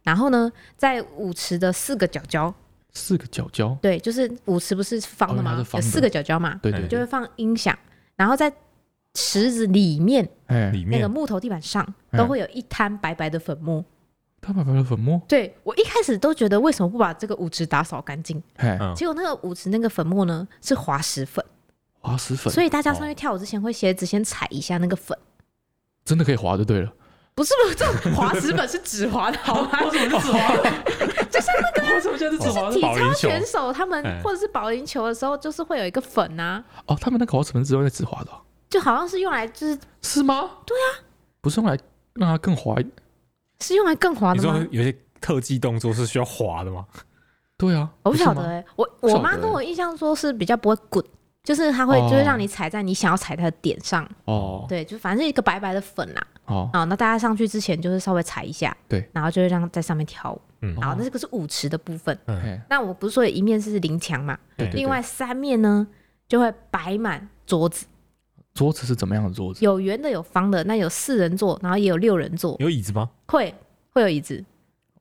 然后呢，在舞池的四个角角，
四个角角，
对，就是舞池不是方的
哦
吗？
它是方
有
的
四个角角嘛，
对
哎
对
就
对，
会放音响，然后在池子里面
哎，
里
那个
面
木头地板上
嗯
都会有一滩白白的粉末。
他把白的粉末，
对我一开始都觉得为什么不把这个舞池打扫干净，
嘿，
嗯
结果那个舞池那个粉末呢是滑石粉，
滑石粉，
所以大家
哦
上去跳舞之前会鞋子先踩一下那个粉。
真的可以滑就对了。
不是不是，这种滑石粉是指滑的
*laughs*
好吗？
是滑，就像那个，为什么现在是指滑
体
保龄
操
球
选手他们
嗯
哎
或者是保龄球的时候，就是会有一个粉啊，
哦，他们那个滑石粉是只用来指滑的哦，
就好像是用来就是
是吗？对啊，不是用来让它更滑一？
是用来更滑
*laughs* 你
的
说
吗？
有些特技动作是需要滑的吗？
对啊，
我不
是
晓
吗
得哎、我
不晓
我
得欸
妈跟我印象说是比较不会滚，就是它会
哦
就是让你踩在你想要踩它的点上，
哦
对，就反正一个白白的粉啦、
哦，
啊。那大家上去之前就是稍微踩一下，
对，哦
然后就会让在上面跳舞。
嗯
好，那这个是舞池的部分。
嘿
那我不是说有一面是林墙嘛，
对对对
另外三面呢就会摆满桌子，
桌子是怎么样的桌子？
有圆的，有方的，那有四人座，然后也有六人座，
有椅子吗？
会会有椅子，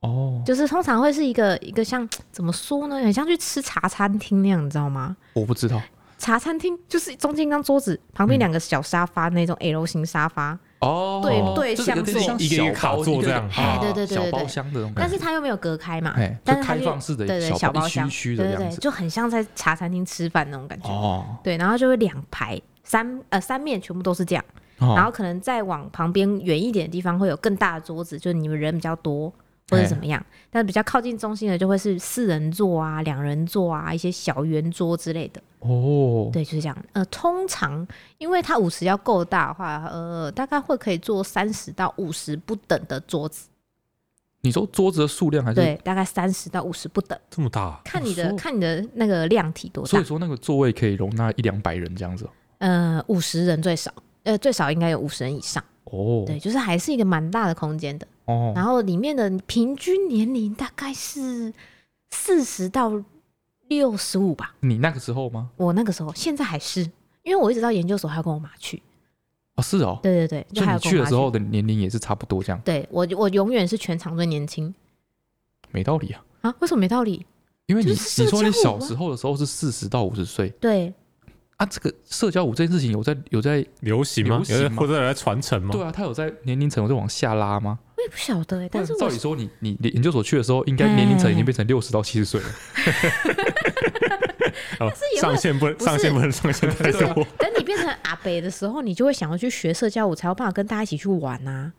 哦，
就是通常会是一个一个像怎么说呢，很像去吃茶餐厅那样，你知道吗？
我不知道。
茶餐厅就是中间一张桌子，旁边两个小沙发，那
嗯
种 L 型沙发，
哦，
对对
就是有点
向坐
像
一个一个
小
卡
包
座
一个
这样
啊
哎对对对对
小包
对
厢的那种
但
感
是
觉，
它又没有隔开嘛
哎，，
但
就是
它
开
就
放式的
对对
小
小包厢
一区一区的
对对
这样
对，
子。
就很像在茶餐厅吃饭那种感觉。
哦，
对，然后就会两排三呃三面全部都是这样，然
然
后可能再往旁边远一点的地方会有更大的桌子，就是你们人比较多或者怎么样，但比较靠近中心的就会是四人座啊、两人座啊、一些小圆桌之类的。
哦，
对，就是这样。呃，通常因为它舞池要够大的话，呃，大概会可以坐三十到五十不等的桌子，
你说桌子的数量还是？
对，大概三十到五十不等，
这么大啊，
看你
哦
的
所以
看你的那个量体多
所
大
以。说那个座位可以容纳一两百人这样子哦
呃，五十人最少，呃，最少应该有五十人以上。
哦。
对，就是还是一个蛮大的空间的。
哦，
然后里面的平均年龄大概是四十到六十五吧。
你那个时候吗？
我那个时候，现在还是，因为我一直到研究所还要跟我妈去。
啊，是哦。
对对对，就
所以
还
你
有跟
去
我
的
妈
时候的年龄也是差不多这样，
对我我永远是全场最年轻
没道理啊。
啊？为什么没道理？
因为你
就是社
你说你
交舞
小
啊
时候的时候是四十到五十岁
对，
啊，这个社交舞这件事情有在有在
流行吗
流？行
有
吗
或者有在传承吗
对？啊，它有在年龄层有在往下拉吗？
我也不晓得哎、
不
但
然
是
照
我
理说你你你研究所去的时候，应该年龄层已经变成六十到七十岁了。
哦
也会
上限不能，
不是啊
上限不能，上限太
就是
多。
等你变成阿北的时候，你就会想要去学社交舞，才有办法跟大家一起去玩
*laughs*
啊。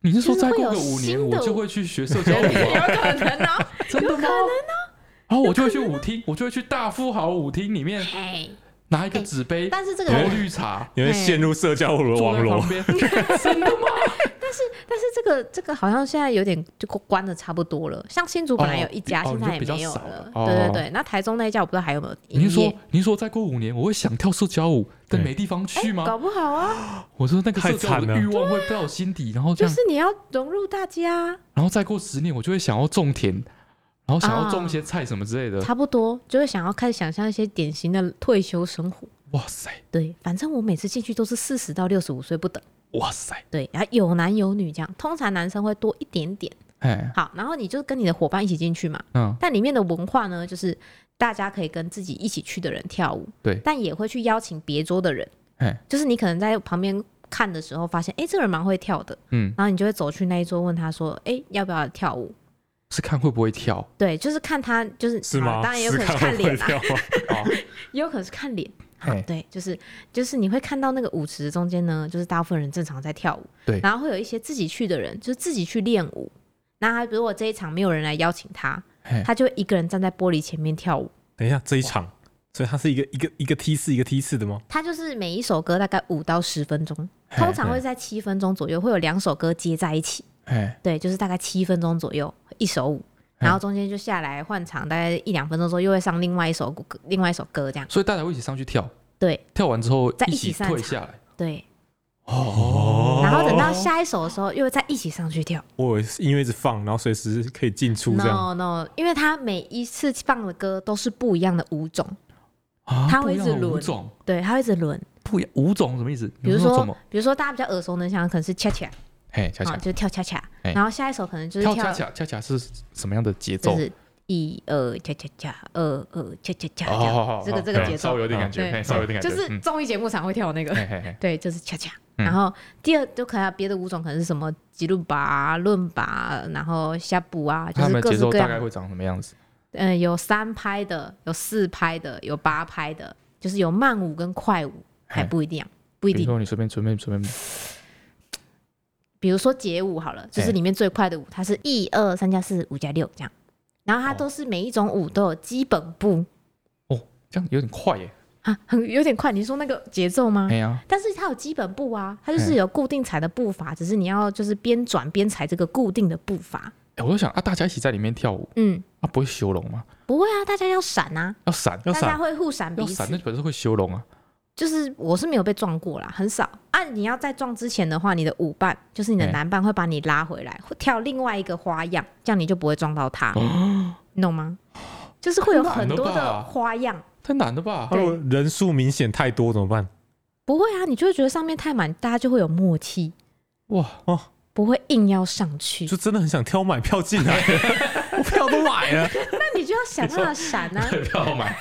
你是
就
说
是
再
会
过
有
个五年
新
我
的
就会去学社交舞啊？
可能哦、
真的吗？然后我就会去舞厅，我就会去大富豪舞厅里面
哎，
拿一个纸杯
但是这个
泡，绿茶，
哎
哎
你会陷入社交舞的
坐
网
在
络
啊
旁，边。真的吗？
*laughs* 但是这个这个好像现在有点就关的差不多了。像新竹本来有一家，
哦
现在也
哦
没
你
有
说比较少了
对对
哦
对，那台中那一家我不知道还有没有
您
营
说
业。
您说再过五年我会想跳社交舞，但
对
没地方去吗？
哎搞不好啊，
我说那个
哎太
社交
惨
舞
了
的欲望会到心底，然后
就
这样
是，你要融入大家，
然后再过十年我就会想要种田，然后想要
啊
种一些菜什么之类的。
差不多就会想要开始想象一些典型的退休生活。
哇塞，
对，反正我每次进去都是四十到六十五岁不等。
哇塞，
对，然后有男有女这样，通常男生会多一点点。
哎，
好，然后你就跟你的伙伴一起进去嘛。
嗯，
但里面的文化呢，就是大家可以跟自己一起去的人跳舞，
对
但也会去邀请别桌的人
哎，
就是你可能在旁边看的时候发现，哎、这个人蛮会跳的，
嗯，
然后你就会走去那一桌问他说，哎、要不要跳舞？
是看会不会跳
对，就是看他就是
是
好
吗？
啊当然也有可能是
是
看
看会
脸啊，
跳
*laughs*
哦吗？
啊？
也有可能是看脸。好
哎
对，就是就是你会看到那个舞池中间呢，就是大部分人正常在跳舞，
对
然后会有一些自己去的人，就是自己去练舞。那他如果这一场没有人来邀请他，
哎，
他就一个人站在玻璃前面跳舞。
等一下，这一场，所以它是一个一个一个梯次一个梯次的吗？
他就是每
哎
一首歌大概五到十分钟，通常会在七分钟左右，会有两首歌接在一起。
哎，
对，就是大概七分钟左右一首舞，然后中间就下来换场，大概一两分钟之后又会上另外一首歌，另外一首歌这样。
所以大家会一起上去跳，
对
跳完之后
再
一
一起
起
散
退
场
下来。
对，
哦
然后等到下一首的时候，又会再一起上去跳。
我音乐一直放，然后随时可以进出这
No
样。
No，因为他每一次放的歌都是不一样的舞种，
啊
它
不
会
一
一
样
直
的舞
轮
种
对，他会一直轮。
不一样，舞种什么意思？
比如
有没有
说
什么？，
比如说大家比较耳熟能详的可能是恰恰
嘿，恰
啊，
恰
就是跳恰恰，
哎
然后下一首可能就是
跳恰恰恰恰是什么样的节奏
就？是一二恰恰恰，二二恰恰恰这样，
哦，
这个
好
这个
嘿
节奏
稍微有点感觉，
对
嘿稍微有点感
就
觉，
是
嗯
综艺节目常会跳的那 *laughs* 个。
嘿嘿嘿，
对，就是恰恰。
嗯
然后第二就可能别的舞种可能是什么吉鲁巴、伦巴，然后下步啊，就
他
是
们
各
节
式
奏
各
大
样
概
的。
会长什么样子？
嗯、有三拍的，有四拍的，有八拍的，就是有慢舞跟快舞，还
嘿
不一定，不
比
一
如
定。
说你随便随便随便，
比如说街舞好了，就是
哎
里面最快的舞，它是一二三加四五加六这样。然后它
哦
都是每一种舞都有基本步
这样有点快耶。
啊，很有点快。你说那个节奏吗？
哎呀，
但是它有基本步啊，它就是
哎
有固定踩的步伐，只是你要就是边转边踩这个固定的步伐。
哎我就想啊，大家一起在里面跳舞
嗯，
啊，不会修容吗？
不会啊，大家要闪啊，
要闪
要
大家
闪，
会互闪彼
要闪，那
此。
表示会修容啊。
就是我是没有被撞过啦，很少。啊，你要在撞之前的话，你的舞伴就是你的
哎
男伴会把你拉回来，会跳另外一个花样，这样你就不会撞到他，你懂吗？就是会有
太哦难
很
了
多的
吧
花样。
太难了吧？
他如果人数明显太多怎么办？
不会啊，你就会觉得上面太满，大家就会有默契，
哇，
不会硬要上去。
就真的很想挑买票进
*laughs*
来，我票都买了，
那你就要想办法闪
*laughs*
啊。
票买，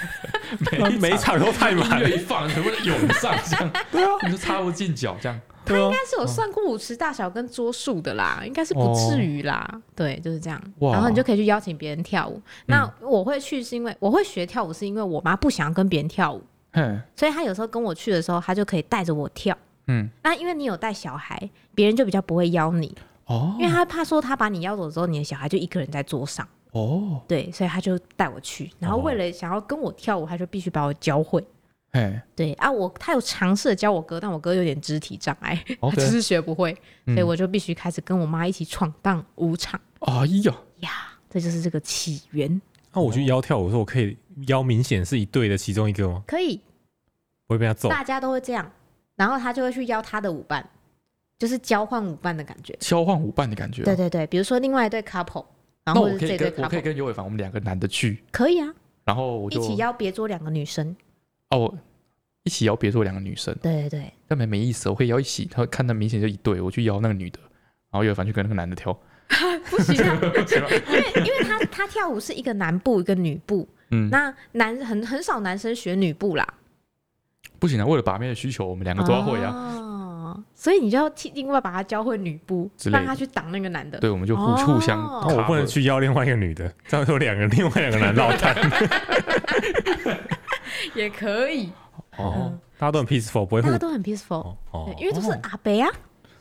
那每一场都太
*laughs*
音
满
乐一
了。
放，全部都涌上，这样 *laughs* 对啊，你就插不进脚这样。
对啊，
应该是有算过舞池大小跟桌数的啦，应该是不至于啦。对，就是这样。
哦哇嗯
然后你就可以去邀请别人跳舞。那我会去是因为我会学跳舞，是因为我妈不想要跟别人跳舞，
嗯
所以她有时候跟我去的时候，她就可以带着我跳。
嗯，
那因为你有带小孩，别人就比较不会邀你，
哦
因为她怕说她把你邀走之后，你的小孩就一个人在桌上。
哦，
对，所以她就带我去。然后为了想要跟我跳舞，她就必须把我教会。
哎，
对啊，我他有尝试的教我哥，但我哥有点肢体障碍，他
OK
只是学不会，
嗯
所以我就必须开始跟我妈一起闯荡舞场
哎呀，
呀，这就是这个起源。
那我去邀跳舞的时候，我可以邀明显是一队的其中一个吗？
可以，
我会被他揍？
大家都会这样，然后他就会去邀他的舞伴，就是交换舞伴的感觉。
交换舞伴的感觉。啊
对，对对，比如说另外一对 couple，然
那
后或
我
者
可
是这
以
对
跟我可以
couple，
跟尤伟凡我们两个男的去，
可以啊，
然后我
一
就
起邀别桌两个女
*laughs*
生。
哦，我一起邀别说两个女生，
对对对，
但没没意思，我可以邀一起，他看他明显就一对，我去邀那个女的，然后尤伟凡去跟那个男的跳。
不行啊，因为因为他他跳舞是一个男步一个女步，
嗯，
那男很很少男生学女步啦。
不行啊，为了把妹的需求，我们两个都要会啊。
哦，所以你就要替另外把他教会女步，
之类的
让他去挡那个男的。
对，我们就互
哦
互相
那
那我不能
cover
去邀另外一个女的，这样有两个另外两个
*laughs*
男老大。
也可以，
哦，大家都很 peaceful，不会
嗯
互
大家都很 peaceful，
哦哦
对因为都是阿北啊，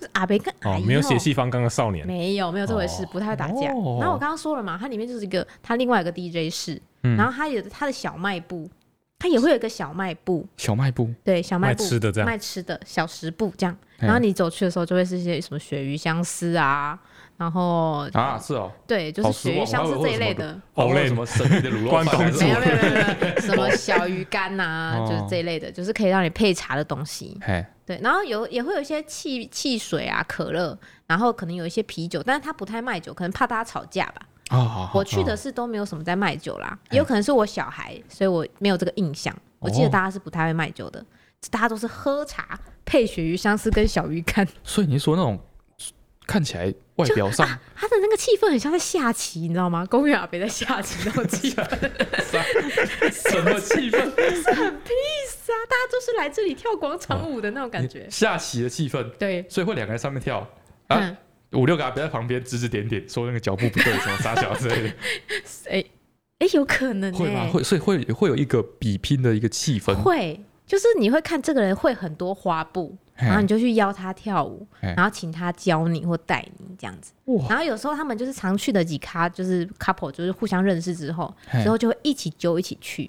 是阿北跟阿
哦
姨，
没有
哦
血气方刚的少年。
没有没有这回事，不太会打架。
哦
然后我刚刚说了嘛，它里面就是一个它另外一个 DJ 室，
嗯
然后它有它的小卖部，它也会有一个小卖部，
小卖部，
对，小卖
卖
部
吃的这样，
卖吃的小食部这样。
嗯
然后你走去的时候，就会是一些什么鳕鱼香丝啊，然后
啊，是哦，
对，就是
好失
鳕鱼
望
香
我还以
丝这
为会
一类
有什么
的。
哦
哦，
类
什么神秘的卤肉
关
饭啊
东
还
煮
是
没
什
有
么
没有没有没
*laughs*
有，什么小鱼干呐、
哦
就是这一类的，就是可以让你配茶的东西。
嘿，
对，然后有也会有一些汽汽水啊、可乐，然后可能有一些啤酒，但是他不太卖酒，可能怕大家吵架吧。
啊，好
我去的是都没有什么在卖酒啦，
哎
也有可能是我小孩，所以我没有这个印象。我
哦
记得大家是不太会卖酒的，大家都是喝茶配鳕鱼香丝跟小鱼干， *laughs*
所以你说那种看起来外表上
他的那个气氛很像在下棋，你知道吗？公园阿伯在下棋 *laughs* 那种气氛，
什么气氛？
是很 peace 啊，大家都是来这里跳广场舞的那种感觉。
*laughs* 下棋的气氛，
对，
所以会两个人上面跳，哦啊
嗯，
五六个阿伯在旁边指指点点，说那个脚步不对，什么傻小之类
*laughs*
的，
哎、哎、有可能、欸、
会吗？会，所以会会有一个比拼的一个气氛，
会就是你会看这个人会很多花步，
嘿
然后你就去邀他跳舞，
嘿
然后请他教你或带你这样子。
哇，
然后有时候他们就是常去的几咖，就是 couple，就是互相认识之后，
嘿
之后就会一起揪一起去，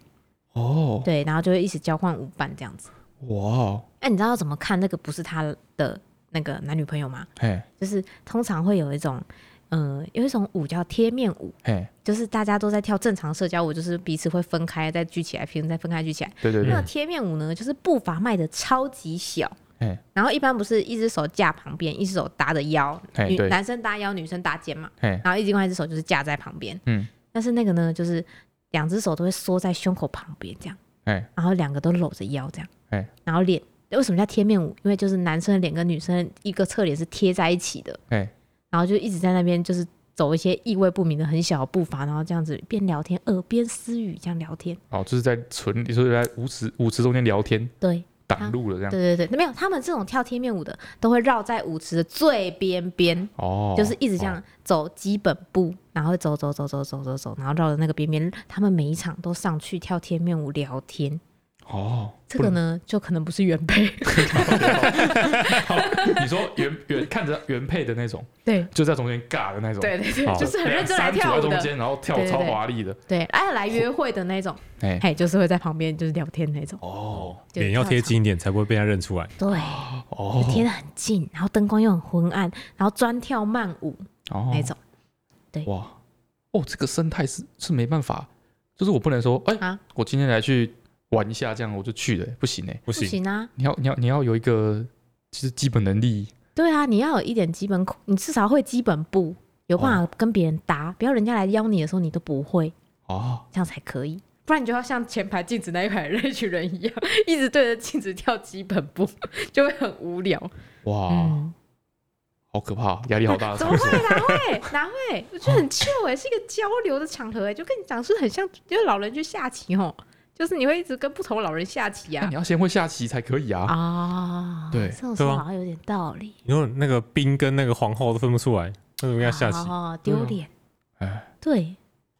哦，
对，然后就会一起交换舞伴这样子。
哇哦，
哎、你知道要怎么看那个不是他的那个男女朋友嘛，
嘿，
就是通常会有一种，嗯、有一种舞叫贴面舞，
嘿，
就是大家都在跳正常社交舞，就是彼此会分开再聚起来，平时再分开聚起来。
对对
那
对
个，贴面舞呢，就是步伐迈的超级小
嘿。
然后一般不是一只手架旁边，一只手搭着腰，
嘿
女
哎对
男生搭腰，女生搭肩嘛。
嘿，
然后一另外一只手就是架在旁边，
嗯，
但是那个呢，就是两只手都会缩在胸口旁边这样，
嘿，
然后两个都搂着腰这样，
哎
然后脸为什么叫贴面舞？因为就是男生的脸跟女生一个侧脸是贴在一起的，
哎
然后就一直在那边就是走一些意味不明的很小的步伐，然后这样子边聊天，耳边私语这样聊天，
哦，就是在纯，就是在舞池舞池中间聊天
对
挡路了这样。
对对对，没有，他们这种跳贴面舞的都会绕在舞池的最边边，
哦，
就是一直这样走基本步，然后走走走走走走走，然后绕着那个边边，他们每一场都上去跳贴面舞聊天。
哦，
这个呢，就可能不是原配， *laughs*
不能？你说原原看着原配的那种，
对
就在中间尬的那种，
对对对，
哦，
就是很认真来
两三
跳
组
舞
在中
的，
间，然后跳
对对
超
对
华丽的，
对，哎，来约会的那种，
哎，
嘿，就是会在旁边就是聊天那种，
哦
就
脸要贴
跳操，
近一点，才不会被他认出来。
对，
哦
贴的很近，然后灯光又很昏暗，然后专跳慢舞
哦
那种，
哇，哦，这个生态是是没办法，就是我不能说，哎、
啊
我今天来去玩一下，这样我就去了、不行哎、
不
不
行，
行啊，
你要你要你要有一个其实基本能力
对啊，你要有一点基本恐，你至少会基本步，有办法跟别人搭，不要人家来邀你的时候你都不会，
哦，
这样才可以。不然你就要像前排镜子那一排 *laughs* 的那群人一样，一直对着镜子跳基本步，就会很无聊。
哇，
嗯，
好可怕，压力好大的
*laughs* 怎
场
么
所
会？哪会哪会？我觉得很 chill 哎、是一个交流的场合哎、就跟你讲是很像，就是老人去下棋哦，就是你会一直跟不同老人下棋
那
呀
*laughs* 你、要先会下棋才可以啊！
啊。
对
这种
对
说
啊
法好像有点道理。
你说那个兵跟那个皇后都分不出来，那怎么跟他下棋？
哦，丢脸。
嗯哎、
对，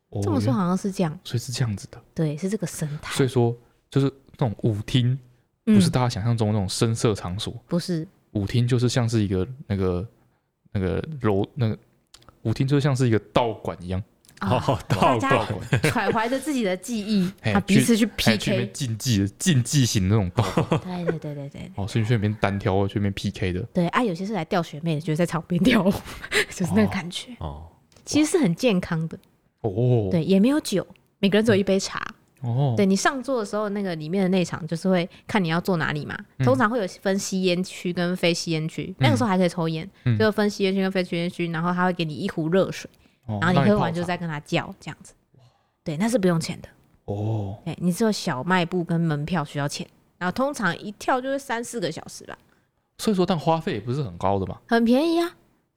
哦
这么说，好像是这样，
所以是这样子的。
对，是这个生态。
所以说，就是那种舞厅，
嗯
不是大家想象中的那种深色场所。
不是，
舞厅就是像是一个那个那个楼那个舞厅，就像是一个道馆一样，
啊
哦，
大
道
家
馆，
揣怀着自己的记忆，
*laughs* 嘿
他彼此去
还哎去
PK，
那边竞技的竞技型的那种道馆。
对对对对对
哦，所以你去那边单挑，啊去那边 PK 的。
对啊！有些是来钓学妹的，就是在场边钓舞， *laughs* 就是那个感觉，
哦，
其实是很健康的。
哦，
对，也没有酒，每个人只有一杯茶。
哦，
对你上座的时候，那个里面的那场就是会看你要坐哪里嘛，
嗯
通常会有分吸烟区跟非吸烟区，那个时候还可以抽烟，
嗯
就分吸烟区跟非吸烟区，然后他会给你一壶热水，
哦，
然后
让
你喝
泡
完就
茶
再跟他叫这样子。对，那是不用钱的。
哦，
对，你只有小卖部跟门票需要钱，然后通常一跳就是三四个小时吧，
所以说但花费也不是很高的嘛，
很便宜啊。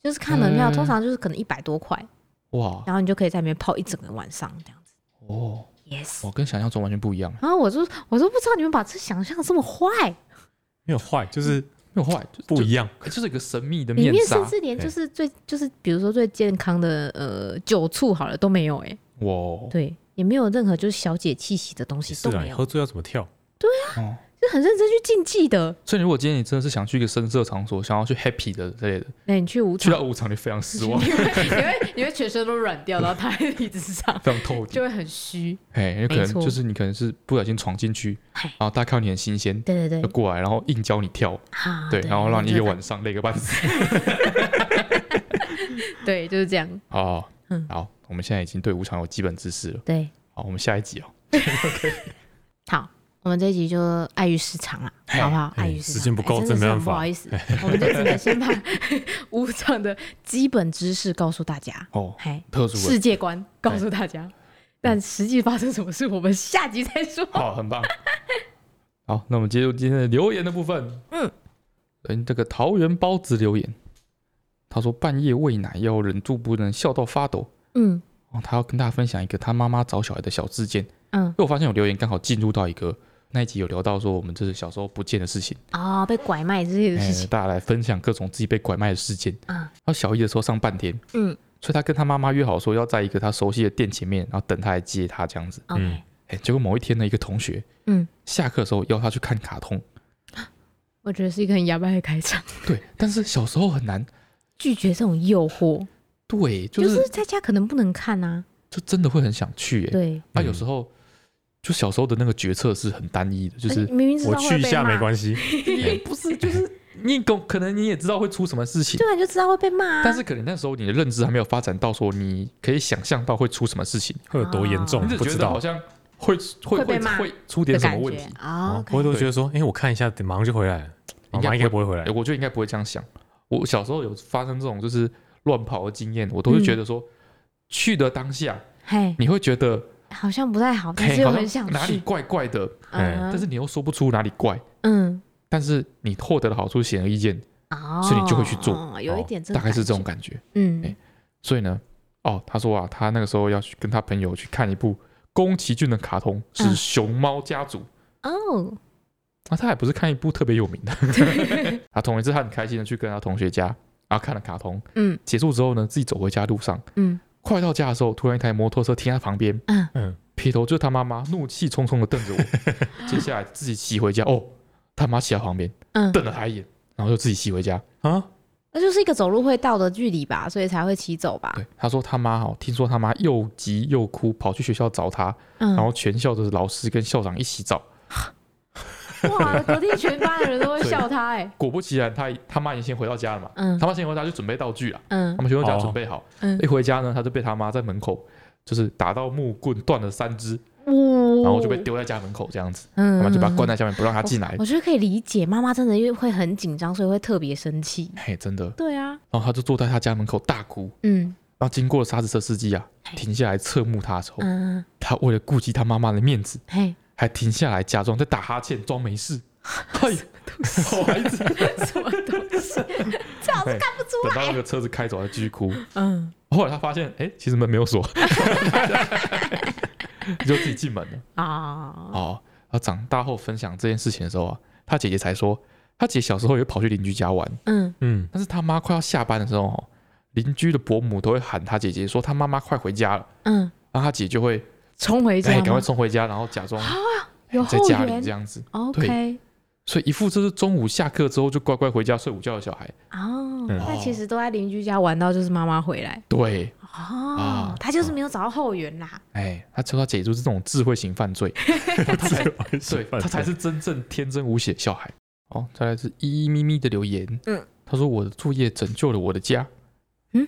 就是看门票，
嗯
通常就是可能一百多块，
哇，
然后你就可以在里面泡一整个晚上这样子。
哦，
Yes，
我跟想象中完全不一样，啊
然后我就我都不知道你们把这想象这么坏，
没有坏，就是
嗯
没有坏，就
不一
样，
样。
就哎就是一个神秘的
里
面
面
纱
甚，至连
对
就是最就是比如说最健康的呃酒醋好了都没有哎、
哇哦，
对，也没有任何就是小姐气息的东西
是
都
啊，
没
你
有，
喝醉要怎么跳？
哦
就很认真去竞技的。
所以如果今天你真的是想去一个深色场所，想要去 happy 的之类的，
那你去舞
去
场，
到舞场你非常失
你 *laughs*
望，
会你会你会全身都软掉，然后躺在椅子上，
非常透底
就，会很虚。
哎，因为可
没
能
错
就是你可能是不小心闯进去，
嗨
然后大家看到你很新鲜。
对对
就
对，
过来，然后硬教你跳，
啊
嗯对，然后让你一
就
个
是
晚上累个
*laughs*
半死
对，就是这样。
啊。
嗯
好，我们现在已经对舞场有基本知识了。
对，
好，我们下一集哦。
好，我们这一集就碍于时长了，
嘿
好不好？
哎
碍于时长
时间不够
哎真的
真
是
没
很
办法
不好意思，我们就只能先把 *laughs* 舞场的基本知识告诉大家，
哦，
嘿，
特殊的
世界观告诉大家。但
嗯
实际发生什么事，我们下集再说。
好，哦
*laughs*
很棒。好，那我们接入今天的留言的部分。
嗯，
嗯，这个桃园包子留言，他说半夜喂奶要忍住不能笑到发抖。
嗯
哦，他要跟大家分享一个他妈妈找小孩的小事件，因
嗯，
为我发现有留言刚好进入到一个那一集有聊到说我们这是小时候不见的事情，
哦，被拐卖这些事
哎
情，
大家来分享各种自己被拐卖的事件。
嗯
然后小一的时候上半天，
嗯
所以他跟他妈妈约好说要在一个他熟悉的店前面，然后等他来接他这样子。
嗯
，OK，
哎，结果某一天呢，一个同学
嗯，
下课的时候邀他去看卡通，
我觉得是一个很牙白的开场，
对，但是小时候很难，
拒绝这种诱惑，
对，就
就是是在家可能不能看啊，
就真的会很想去耶。
对，
那、有时候就小时候的那个决策是很单一的，就
而
是
哎且明明知
我
道会
去一
被
下没
骂，
关系，
也不是，就是你可可能你也知道会出什么事情，
对啊，你就知道会被骂、啊。
但是可能那时候你的认知还没有发展到说你可以想象到会出什么事情，
会有多严重
啊
哦你只
不
觉
知
得好
道。
像会会
会被
会
骂
会出点
的
什么
感
问
觉
题。
啊，
哦
OK
我会都觉得说，哎，我看一下，马上就回来了，
应
妈
该
妈应该不会回来
哎。我觉得应该不会这样想。我小时候有发生这种就是乱跑的经验，我都会
嗯
觉得说，去的当下
嘿，
你会觉得，
好像不太好，但
哎、
是又
好
很想
像哪里
去。
怪怪的，
哎
嗯
但是你又说不出哪里怪，
嗯，
但是你获得的好处显而易见，
哦，
所以你就会去做
哦有一点这
大概是这种
感
感觉。
觉，嗯
哎，所以呢，哦，他说啊，他那个时候要去跟他朋友去看一部宫崎骏的卡通，是
嗯
《熊猫家族》
哦，
啊，他也不是看一部特别有
*laughs*
名的。他同一次他很开心的去跟他同学家，然后看了卡通，
嗯
结束之后呢，自己走回家路上，
嗯
快到家的时候，突然一台摩托车停在旁边，
嗯，
嗯，
撇头就是他妈妈，怒气冲冲的瞪着
*laughs*
我。接下来自己骑回家，哦，他妈骑在旁边
嗯，
瞪了他一眼，然后就自己骑回家。
啊，
那就是一个走路会到的距离吧，所以才会骑走吧。
对，他说他妈哦，听说他妈又急又哭，跑去学校找他，
嗯，
然后全校的老师跟校长一起找。
哇，隔壁全班的人都会
*laughs* 对
笑他哎，
果不其然，他他妈已经先回到家了嘛，
嗯
他妈先回到家就准备道具了，
嗯
他们学校家
哦
准备好，
嗯
一回家呢，他就被他妈在门口就是打到木棍断了三只，
呜，
然后就被丢在家门口这样子，
哦嗯，嗯
他妈就把他关。
嗯
在下面不让他进来。
我觉得可以理解，妈妈真的又会很紧张，所以会特别生气。
嘿，真的，
对啊，
然后他就坐在他家门口大哭，
嗯
然后经过了沙子车司机啊，停下来侧目他的时候，
嗯，
他为了顾及他妈妈的面子，
嘿，
还停下来假装在打哈欠，装
*laughs*
没事。嘿，好孩子，
什么东西？最好是看不出
等到
来
那。个车子开走，他继续哭。
*laughs* 嗯，
后来他发现，哎、其实门没有锁， *laughs* 你就自己进门了。
啊，
哦，他长大后分享这件事情的时候啊，他姐姐才说，他姐小时候也跑去邻居家玩，
嗯，
嗯，
*laughs* 但是他妈快要下班的时候，哦，邻居的伯母都会喊他姐姐说，他妈妈快回家了，
嗯，
然后他姐就会
冲回家
哎，
吗，啊
赶、快冲回家，然后假装、
有
在
后
家里
援
这样子，
OK，
所以一副就是中午下课之后就乖乖回家睡午觉的小孩。
哦，
嗯
但其实都在邻居家玩到就是妈妈回来
对，
哦，他就是没有找到后援啦。
哎，他说他解除这种智慧型犯罪，
*laughs*
对他才是真正天真无邪的小孩。哦，再来是依依咪咪的留言，
嗯，
他说我的作业拯救了我的家，
嗯，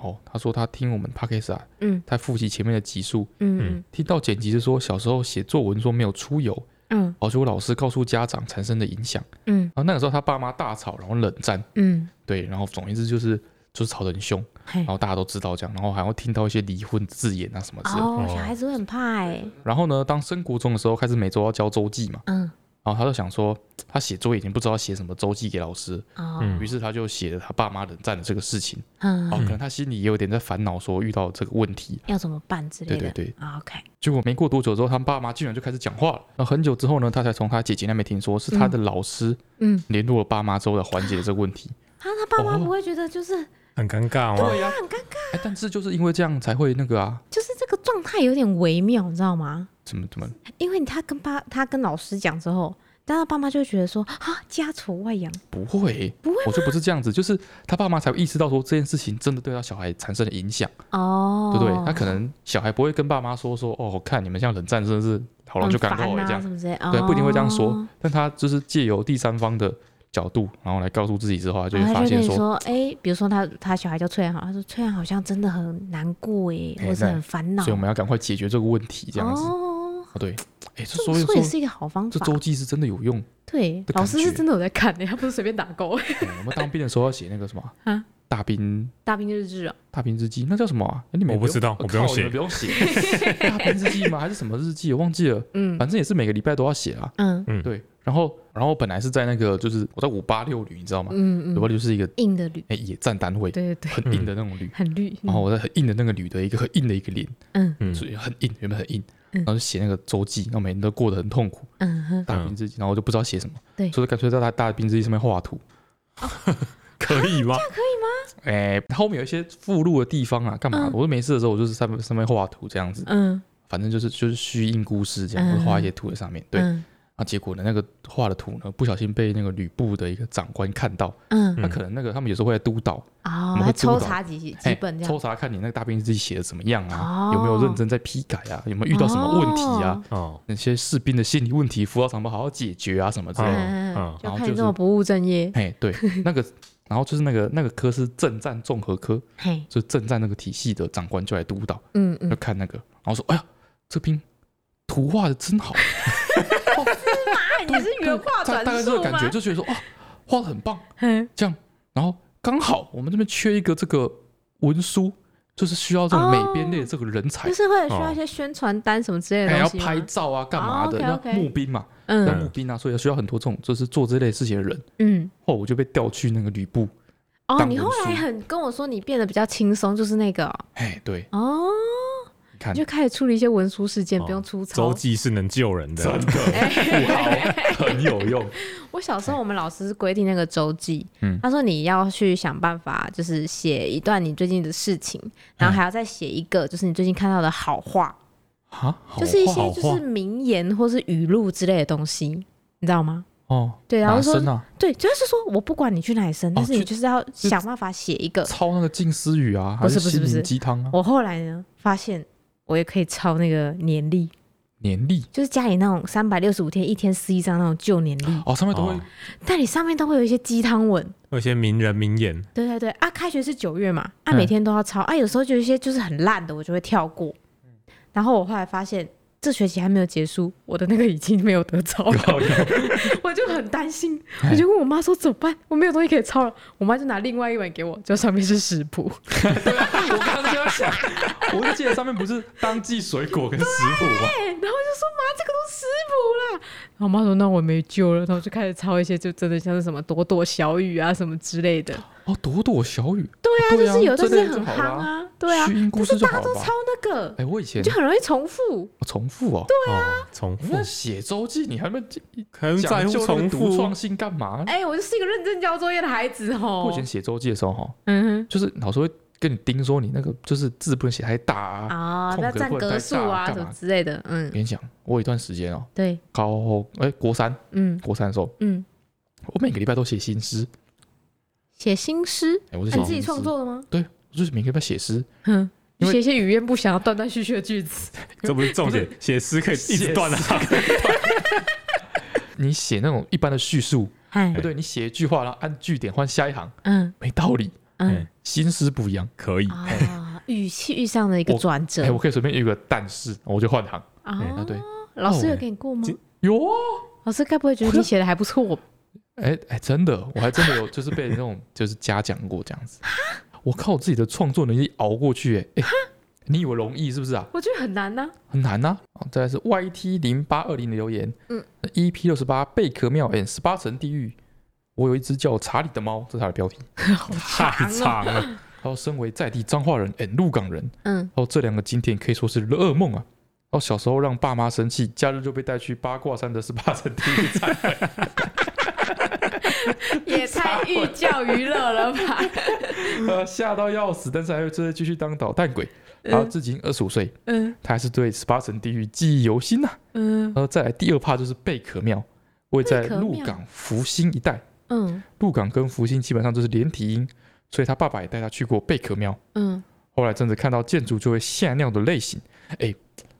哦，他说他听我们 p o d c a s 啊，
嗯
他复习前面的集数，
嗯
听到剪辑是说小时候写作文说没有出油，
嗯
而且我老师告诉家长产生的影响，
嗯
然后那个时候他爸妈大吵，然后冷战，
嗯，
对，然后总而言之就是就是吵得很凶，
嘿
然，后大家都知道这样，然后还会听到一些离婚字眼啊什么之类的。
哦，小孩子会很怕哎，
然后呢，当升国中的时候，开始每周要交周记嘛，
嗯
然后他就想说，他写作业已经不知道写什么周记给老师，
哦
嗯
于是他就写了他爸妈冷战的这个事情。
嗯
哦，，可能他心里也有点在烦恼，说遇到这个问题。
要怎么办之类
对对
的。
对，
啊 OK，
结果没过多久之后，他爸妈竟然就开始讲话了。那很久之后呢，他才从他姐姐那边听说，是他的老师
嗯，
联络了爸妈之后来缓解这个问题。
啊，他爸妈
哦
不会觉得就是
很尴尬吗？
呀、
很尴尬，
哎，但是就是因为这样才会那个啊，
就是这个状态有点微妙，你知道吗？
怎么怎么，
因为他跟爸他跟老师讲之后，但他爸妈就会觉得说啊，家丑外扬，
不会，
不会
我就不是这样子，就是他爸妈才会意识到说这件事情真的对他小孩产生了影响，
哦，
对不对？他可能小孩不会跟爸妈说说哦，看你们像冷战真的是好了就赶快
很
回
烦
这
啊，
样，
什么之类，
对，不一定会这样说
哦，
但他就是借由第三方的角度，然后来告诉自己之后，他就
然后
会发
他就跟
现
你
说，
说，哎、比如说他他小孩叫翠安好，他说翠安好像真的很难过哎，
哎
或是
那
很烦恼，
所以我们要赶快解决这个问题，这样子，
哦，
哦对，哎，这
这
所
么
以
说也
说
是一个好方
这
法
周。记是真的有
*laughs*
用，
对
的，感
老师是
觉
真的有在看的、 *laughs* 他不是随便打勾。
哎我们当兵的时候要写那个什么
*laughs* 啊
大兵
大兵日志哦，
大兵日记，那叫什么啊？哎你们也
我不
用
知道
哦
我不用
靠你们
写
不用写 *laughs* 大兵日记吗？还是什么日记？我忘记了，
嗯
反正也是每个礼拜都要写啊。
嗯
嗯
对，然后然后我本来是在那个就是我在五八六旅，你知道吗？
嗯
五八
嗯，
六就是一个
硬的绿，
哎野战单位，
对对嗯对，
很哦硬的那种旅。
很绿。
然后我在很硬的那个旅的一个很硬的一个连，
嗯
嗯
所以很硬，原本很硬，
嗯
然后就写那个周记，然后每天都过得很痛苦，
嗯哼，
大兵日记，然后我就不知道写什么，
对
所以就干脆在大大兵日记上面画图。
可以吗？
哎，后面有一些附录的地方啊，干嘛的？
嗯
我就没事的时候，我就是在上面上面画图这样子，
嗯，
反正就是就是虚应故事这样，
嗯
我就画一些图在上面。对，
嗯
啊，结果呢，那个画的图呢，不小心被那个旅部的一个长官看到，
嗯，
那、可能那个他们有时候会来督导，我
哦，
们
还
会
抽
督导
查几几
哎，
本这样
抽，查看你那个大便日记写的怎么样
哦
啊，有没有认真在批改啊，有没有遇到什么问题啊，
哦，
那些士兵的心理问题，辅导长们好好解决啊，什么之类的。
嗯嗯
嗯
嗯，就
然后
看你
就
这
是
么不务正业，
哎、对，那个，然后就是那个那个科是政战综合科，
*laughs* 嘿，
就政战那个体系的长官就来督导，
嗯
就
嗯，
看那个，然后说，哎呀，这兵图画的
*laughs*
真好，
哎，你是原话
大
转
大概这
述
个感
吗
觉，？就觉得说，哇、画的很棒，
*laughs* 嗯
这样，然后刚好我们这边缺一个这个文书，就是需要这种美编类的这个人才
就，是会需要
哦
一些宣传单什么之类
还
的
要
东西吗
拍照啊，干嘛的？
哦
那
，OK，OK
募兵嘛，那
嗯
募兵啊，所以需要很多这种就是做这类事情的人。
嗯。
后来我就被调去那个旅部，
哦，
当
你
文
后来
书
很跟我说你变得比较轻松，就是那个哦
哎，对，
哦，
你看
你就开始处理一些文书事件，
哦
不用出操。
周记是能救人的，
真的不好， *laughs* 很有
*laughs*
用。
我小时候我们老师是规定那个周记，
哎嗯
他说你要去想办法，就是写一段你最近的事情，
哎
然后还要再写一个就是你最近看到的好话，
啊，好
就是一
话
些就是名言或是语录之类的东西，你知道吗？
哦，
对然后
哪
说
生啊，
对，就是说我不管你去哪里生，但是
哦去
你就是要想办法写一个。
抄那个近思语啊，
不
还
是不是
心
不
灵
是
鸡汤啊，
我后来呢发现，我也可以抄那个年历，
年历
就是家里那种三百六十五天一天撕一张那种旧年历，
哦，上面都会
哦
但你上面都会有一些鸡汤文。
有一些名人名言，
对对对啊，开学是九月嘛，啊，
嗯
每天都要抄、啊，有时候就有一些就是很烂的，我就会跳过。
嗯
然后我后来发现，这学期还没有结束，我的那个已经没有得抄了，
靠腰
*laughs* 我就很担心，
哎
我就问我妈说怎么办，我没有东西可以抄了。我妈就拿另外一本给我，就上面是食谱，
*laughs* 我刚刚就在想，我就记得上面不是当季水果跟食谱吗？
哎，然后就说妈，这个都食谱啦。然后我妈说那我没救了，然后就开始抄一些就真的像是什么朵朵小雨啊什么之类的。
哦，朵朵小雨，
对啊，
对啊
就是有的
这
是
类就
很
好
夯
啦
啊，对啊
虚，音故
但
事
是
就
大家
好
都
了
抄
吧？
那个，
哎，我以前
你就很容易重复。
我重复哦，对，
哦，重复
那，写周记你还没
可能在乎
讲究那
重
个独创
复，
性干嘛？
哎、我就是一个认真交作业的孩子
我
吼
以。前写周记的时候哈，
嗯
就是老师会跟你叮说你那个就是字不能写太大
哼，
啊。
啊，
空
不要
格
占
不能
格
太
数
大
啊，
干
什么
嘛
之类的。嗯
我，跟你讲，我有一段时间哦，
对，
高哎国三，
嗯
国三的时候，
嗯，
我每个礼拜都写新诗，
写新诗，
哎，我是
啊
写
你自己
新诗
创，作的吗？
对，我就是每个礼拜写诗，
嗯，
因为
写一些语言不详、断断续续的句子。
这不是重点，写诗可以一直断啊，
你写那种一般的叙述，
哎
不，对，你写一句话，然后按句点换下一行，
嗯
没道理。
嗯
哎
新诗不一样，
可以，
啊，语气上的一个
我
转折
哎，我可以随便有一个但是，我就换行。啊，
啊。
对，
老师
哦
有给你过吗
今？
有啊，
老师该不会觉得
*laughs*
你写的还不错
哎哎，真的，我还真的有，就是被那种就是嘉奖过这样子。我靠，我自己的创作能力熬过去，哎哎，你以为容易是不是啊？
我觉得很难 *laughs* 呐、
很难呐、啊。再来是 YT 零八二零的留言，
嗯
，EP 六十八贝壳庙 and 十八层地狱，我有一只叫查理的猫，这是它的标题。
太长了，
然后身为在地彰化人 and 鹿港人，
嗯，
然后这两个景点可以说是噩梦啊。然后小时候让爸妈生气，假日就被带去八卦山的十八层地狱 *laughs* 踩。
也太寓教于乐了
*laughs*
吧？
呃，吓到要死，但是还会这继续当捣蛋鬼。然后至今二十五岁，
嗯
他还是对十八层地狱记忆犹新呐、
嗯
然后再来第二趴就是贝壳庙，位在
贝壳
鹿
庙
港福兴一带。
嗯
鹿港跟福兴基本上都是连体婴，所以他爸爸也带他去过贝壳庙。
嗯，
后来真的看到建筑就会吓尿的类型，哎，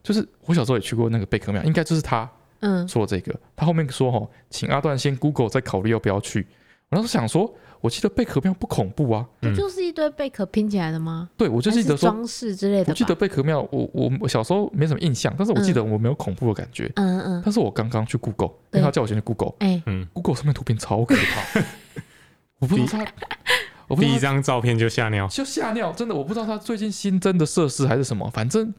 就是我小时候也去过那个贝壳庙，应该就是他
嗯
做这个。他后面说哦，请阿段先 Google 再考虑要不要去。我那时候想说，我记得贝壳庙不恐怖啊，
不
嗯
就是一堆贝壳拼起来的吗？
对我就记
还
得
是
说，
装饰之类的吧。
我记得贝壳庙，我我我小时候没什么印象，但是我记得我没有恐怖的感觉。
嗯嗯，
但是我刚刚去 Google，因
对
为他叫我先去 Google，Google
哎、
嗯，
上面图片超可
*laughs*
怕，我不知道他，我不知
第
道
一
他
张照片就吓尿，
就吓尿，真的，我不知道他最近新增的设施还是什么，反正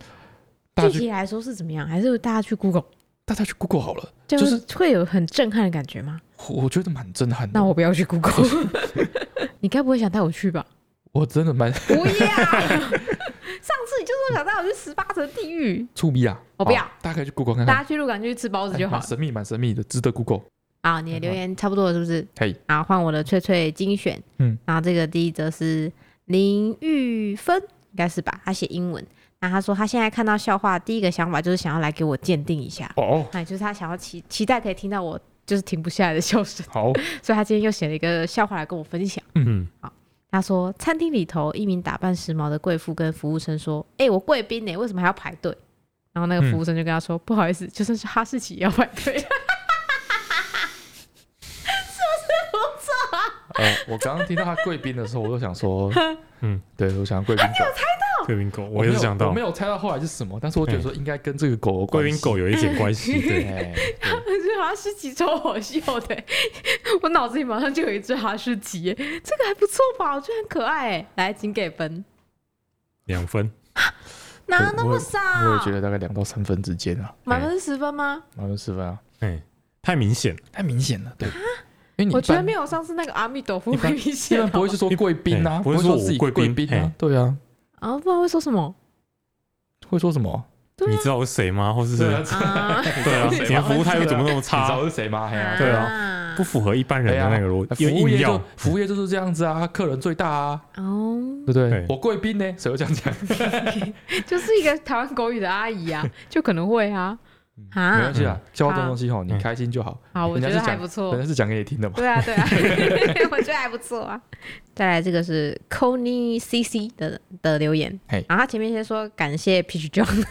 大家
具
去
体来说是怎么样？还是大家去 Google
大家去 Google 好了，
就
就是
是会有很震撼的感觉吗？
我我觉得蛮震撼的
那。我不要去
*laughs*
Google。你该不会想带我去吧？
我真的蛮
不要！上次你就说想带我去十八层地狱，
触逼啊！
我不要
好，大家去 Google 看
大
看，
家去鹿港就去吃包子
哎
就好
蛮
了。
神秘，蛮神秘的，值得 Google。
嗯好，你的留言差不多了，是不是？
嘿，
好，换我的翠翠精选。
嗯，
然后这个第一则是林玉芬，应该是吧？她写英文，那他说他现在看到笑话，第一个想法就是想要来给我鉴定一下，
哦，
哎，就是他想要期期待可以听到我就是停不下来的笑
*laughs*
声，
好，
所以他今天又写了一个笑话来跟我分享。
嗯，
他说，餐厅里头一名打扮时髦的贵妇跟服务生说：“哎、我贵宾呢，为什么还要排队？”然后那个服务生就跟他
嗯
说：“不好意思，就算是哈士奇也要排队。”是不是不错？
呃，我刚刚听到他贵宾的时候，我就想
*laughs*
说，嗯
嗯，
对，我想贵宾狗，
贵宾狗，我也是想
我
到
没有猜到后来是什么，但是我觉得说应该跟这个狗有关
贵宾
系，
狗有一点关系，对，
哎，
*laughs* 我觉得哈士奇超好笑的、我脑子里马上就有一只哈士奇耶、这个还不错吧？我觉得很可爱、欸。来，请给分，
两分，
哪那
我
么
也
少？
对我也觉得大概两到三分之间啊，
满分是十分吗？
满分十分啊，
哎，太明显了，
太明显了，对，因为你
我
一
觉得
般
没有上次那个阿弥陀佛
一
会
般
明
嗯一
显
般不
好
会
吗
去说贵宾啊，
哎
会
不会说
自己
我贵宾
宾啊
哎，
对啊，
啊，不然会说什么？
会说什么？
对
你
啊
知道我是谁吗？或是
啊，
对啊，
谁
你的服务态度怎么那么
你知道
差？
是谁吗？嘿啊
对啊
啊
不符合一般人的那个逻辑，
服务
硬
业
要
就服务业就是这样子啊，客人最大啊，
哦，
对不对
对？
我贵宾呢，谁会这样讲？
就是一个台湾狗语的阿姨啊， *laughs* 就可能会啊
没
啊
关，系啊，笑话这种东西吼，你开心就好。
好，我
人家
觉
是
得还
讲
不错
人，家是讲给你听的嘛。
对啊对 *laughs* 啊，我觉得还不错啊。再来这个是 Conny C C 的的留言
嘿，
然后他前面先说感谢 Peach
*laughs*
John，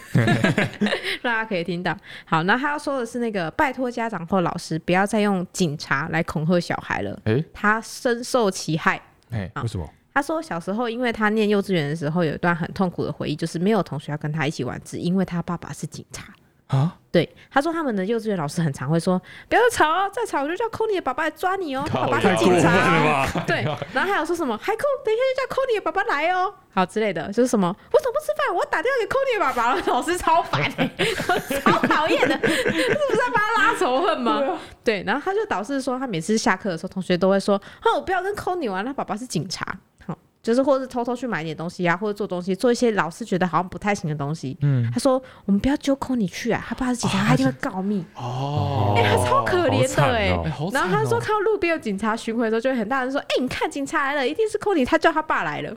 让大家可以听到。好，那他要说的是那个拜托家长或老师不要再用警察来恐吓小孩了，
诶
他深受其害。
哎，
为什么？
他说，小时候因为他念幼稚园的时候，有一段很痛苦的回忆，就是没有同学要跟他一起玩，只因为他爸爸是警察。
啊，
对，他说他们的幼稚园老师很常会说，不要再吵哦，再吵我就叫扣你的爸爸来抓你哦，他
靠
爸爸是
腰
太过
警
分
察哦、
了吧？
对，然后还有说什么，还扣，等一下就叫扣你的爸爸来哦，好之类的，就是什么，为什么不吃饭？我打电话给扣你的爸爸了，老师超烦、欸，超讨厌的， *laughs* 是不是在帮他拉仇恨吗？对，然后他就导致说，他每次下课的时候，同学都会说：“哦，我不要跟抠你玩，他爸爸是警察。”好，就是或是偷偷去买点东西啊，或者做东西，做一些老师觉得好像不太行的东西。
嗯，
他说：“我们不要揪抠你去啊，他爸是警察，他一定会告密。
哦，
哎、他超可怜
好
的
惨
哎、
哦
哎，好
然
惨哦
后他说，看到路边有警察巡回的时候，就会很大声说：“哎、你看警察来了，一定是抠你，他叫他爸来了。”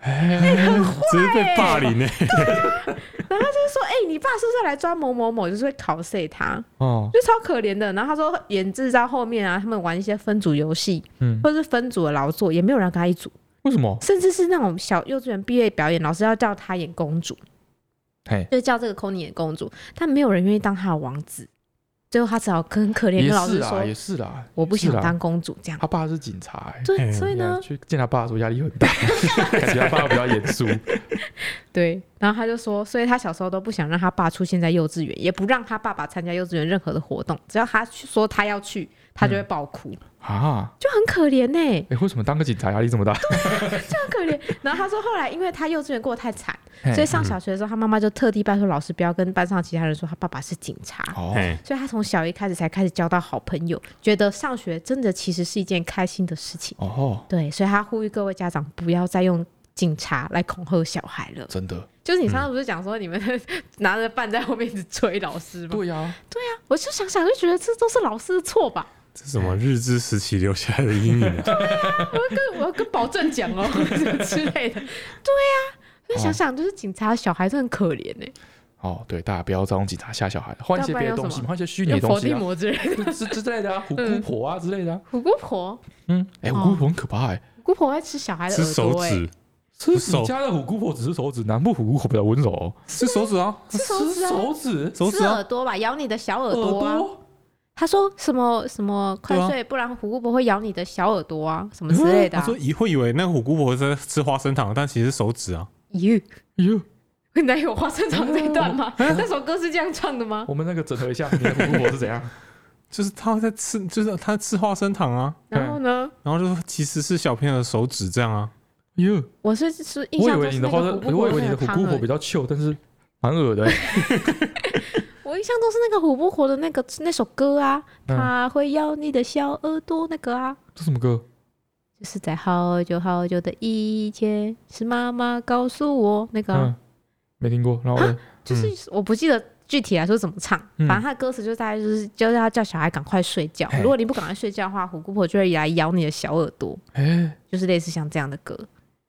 哎，
只是被霸凌欸呢。
然后他就说：“哎、你爸是不是来抓某某某？”就是会考 o 他。
哦，
就超可怜的。然后他说，演制到后面啊，他们玩一些分组游戏， *laughs*
嗯
或者是分组的劳作，也没有人跟他一组，
为什么？
甚至是那种小幼稚园毕业表演，老师要叫他演公主，
嘿，
就叫这个 c o n y 演公主，但没有人愿意当他的王子。最后他只好很可怜
也
跟老
是
师
啦，
说
也是啦，：“
我不想
是啦
当公主。”这样
他爸是警察，哎
对，
哎
所以呢，
去见他爸的时候压力很大，感觉他爸比较严肃。
对，然后他就说，所以他小时候都不想让他爸出现在幼稚园，也不让他爸爸参加幼稚园任何的活动，只要他去说他要去，他就会爆哭，
啊，
就很可怜呢、
哎，为什么当个警察压力这么大？
很可怜。
*laughs*
然后他说，后来因为他幼稚园过得太惨，
嘿嗯
所以上小学的时候，他妈妈就特地拜托老师不要跟班上其他人说他爸爸是警察。
哦，
哎，
所以他从小一开始才开始交到好朋友，觉得上学真的其实是一件开心的事情。
哦，
对，所以他呼吁各位家长不要再用警察来恐吓小孩了。
真的，
就是你上次不是讲说你们 *laughs* 拿着饭在后面一直追老师吗？
对呀，
我就想想就觉得这都是老师的错吧。
这是什么日治时期留下来的阴影啊？
我要跟保证讲 *laughs* 哦，什么之类的。对呀、啊就想想就是警察的小孩真的很可怜欸呢、
哦，对，大家不要再用警察吓小孩了，换一些
要不
别
然用
的东西
什，么
换一些虚拟
有
的东
佛
西
地
啊，
魔之类的，
之之类的啊，虎姑
嗯哦
婆啊之类的啊，
虎姑婆。
嗯，哎，虎姑婆很可怕哎，
姑婆会吃小孩的
吃
耳
手
朵、欸，
指，
是
手
你家的虎姑婆只是手指，南部虎姑婆比较温柔哦，
吃手指啊，
吃手指啊
手指，
手指
吃
啊
耳，朵吧，咬你的小耳
耳
朵啊。
朵，
他说什么什么快
对啊
睡，不然虎姑婆会咬你的小耳朵啊，什么之类的、
他
啊。
说以会以为那个虎姑婆在吃花生糖，但其实是手指啊。
咦，
哟，
你哪有花生糖这一段
*laughs* 啊
吗？那首歌是这样唱的吗？
我们那个整合一下，你的虎姑婆是怎样？
就是他在吃，就是他吃花生糖啊，
*laughs* 然后呢，
然后就说其实是小朋友的手指这样啊，
嗯哟，
我是是印
我以
象中
为
是
你
那
的花
个
生
虎，姑婆
我以为你的
那个
虎姑
汤而
婆
已
比。较 Q，但是蛮恶的欸，
我印象中是那个虎姑婆的那个那首歌啊，
嗯
她会咬你的小耳朵那个啊。
这什么歌？
就是在好久好久的以前，是妈妈告诉我那个啊、
嗯，没听过。然后呢
就是我不记得具体来说怎么唱，
嗯
反正他的歌词就大概就是就是要叫小孩赶快睡觉
嘿，
如果你不赶快睡觉的话，虎姑婆就会来咬你的小耳朵，
哎
就是类似像这样的歌。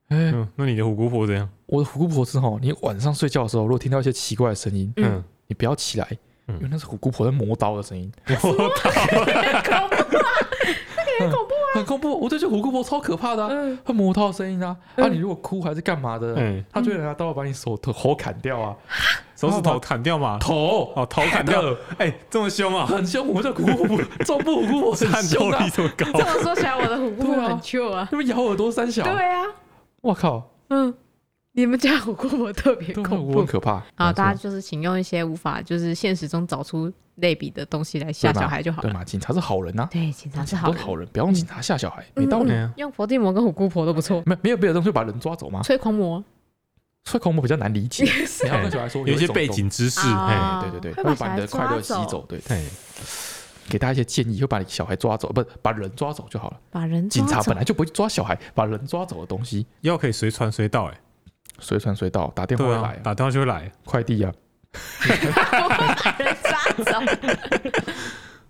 哎，
嗯嗯，那你的虎姑婆怎样？
我的虎姑婆是吼，你晚上睡觉的时候，如果听到一些奇怪的声音，
嗯
嗯，
你不要起来，
嗯
因为那是虎姑婆在磨刀的
*laughs*
声音，
恐怖啊，那个很恐怖。啊
很恐怖。我就觉得虎姑婆超可怕的、啊，
嗯，
她磨刀的声音啊，啊，
嗯
你如果哭还是干嘛的，
嗯，
她就会拿刀把你手头喉砍掉啊，
手指头砍掉嘛，
头
哦，头砍掉，哎，这么凶啊，
很凶，我这虎姑婆， *laughs* 中部虎姑婆很
战斗
凶啊
力，这么高，
这么说起来，我的虎姑婆很 Q 啊。
那边咬耳朵三小，
对啊，
我靠，
嗯，你们家虎姑婆特别
这
恐
恐啊怖很
怖。
可怕。
好，
没错
啊大家就是请用一些无法就是现实中找出类比的东西来吓
对嘛
小孩就好
对
了。
嘛？警察是好人呐，
对，警察是好
都
人
是，好人，不要用警察吓小孩，没道理。啊
嗯啊
用伏地魔跟虎姑婆都不错。
没没有别的东西把人抓走吗？
吹狂魔
所以恐怖比较难理
*laughs*
解，
也是
你要跟小孩说
有一些
种
背
种
景知识，哎，
啊
对对对，
会
他
把
会
小
把
孩
你的快
抓
乐吸
走，
走，对，
哎，
给大家一些建议，会把你小孩抓走，不把人抓走就好了。
把人抓
*laughs* 警察
走
本来就不会抓小孩，把人抓走的东西，
药可以随传随到，哎，
随传随到，打电话
对
会
啊
来，啊，
打电话就会来，
快递啊，
把人抓走。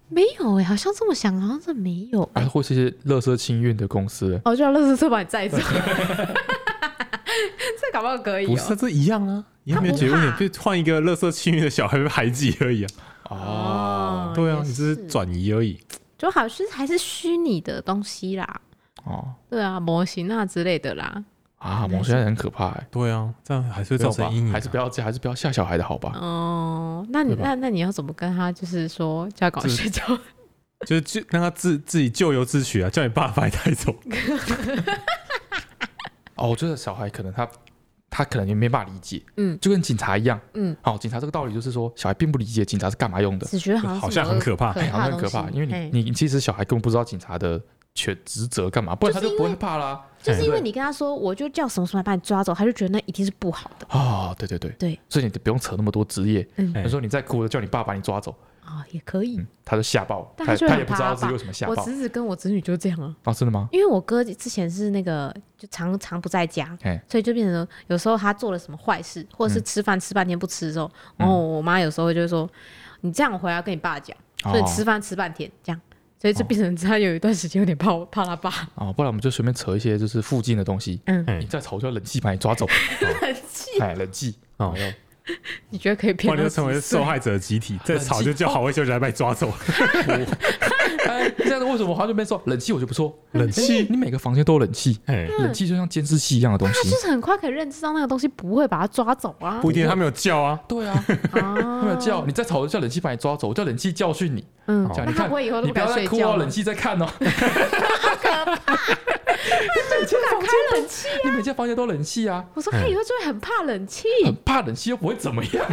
没有哎、好像这么想，好像是没有哎、
啊，或是一些乐色清运的公司，啊
哦，就要垃圾车把你
*laughs*
载走，这搞不好可以
不
哦、
是这一样啊，一样没有
他不
结
怕
婚，你就换一个乐色幸运的小孩被排挤而已啊，
哦
对啊
也，
你只是
是
转移而已，
就好像还是虚拟的东西啦，
哦
对啊，模型啊之类的啦。
啊，某些人很可怕欸，
对啊，这样还是会造成阴
没有
影
吧
啊，
还是不要这样，还是不要吓小孩的好吧？
哦，那你
对吧
那那你要怎么跟他就是说叫他搞
就是
睡觉？
就是就让他自自己咎由自取啊，叫你爸把你带走，
哦，我觉得小孩可能他他可能也没办法理解，
嗯
就跟警察一样，
嗯，
好，警察这个道理就是说，小孩并不理解警察是干嘛用的，
只觉得 *laughs* 好像
好像很可怕
可
哎好
怕
像
的东
很可
西
怕，因为
嘿
你你其实小孩根本不知道警察的权职责干嘛，不然他
就是
就
因
不会
为
怕啦。
哎
就是因为
对
你跟他说我就叫什么什么来把你抓走，他就觉得那一定是不好的
啊，对对对
对，
所以你不用扯那么多职业。
嗯
他说你再哭了，叫你爸把你抓走，
啊、也可以。
嗯，他就吓爆，
但
他
他就很
也不知
怕
道
他
自
爸
己为什么吓
我
爆
侄子跟我侄女就这样啊，
啊，真的吗？
因为我哥之前是那个就常常不在家
嘿，
所以就变成说有时候他做了什么坏事，或者是
嗯
吃饭吃半天不吃的时候，然后我妈有时候就会说你这样我回来要跟你爸讲，
哦
所以你吃饭吃半天这样。所以就变成他有一段时间有点怕我怕他爸，
哦，哦不然我们就随便扯一些就是附近的东西，
嗯，
你再吵就要冷气把你抓走，
*laughs* 很气。
哎，冷气
哦
哎呦
你觉得可以
不
骗
然
到
就
几
成为
岁
受害者的集体，再吵就叫好味小姐来把你抓走， *laughs*
哎，这样子为什么好久没说冷气我就不说，哎
冷气，
你每个房间都有冷气，
哎，
冷气就像监视器一样的东
他
西
嗯就。是很快可以认知到那个东西不会把他抓走啊。
不一定他没有叫啊，
*laughs*
对啊，
啊
他们叫你再吵就叫冷气把你抓走，我叫冷气教训你，
嗯，
讲
那
你
他
看
不会以后都
你不
敢
要
睡
再哭
觉
哦，
了
冷气在
*laughs*
看哦。
开冷气。
你每间房间都冷气啊，
我说他以后就会很怕冷气，
很怕冷气又不会怎么样，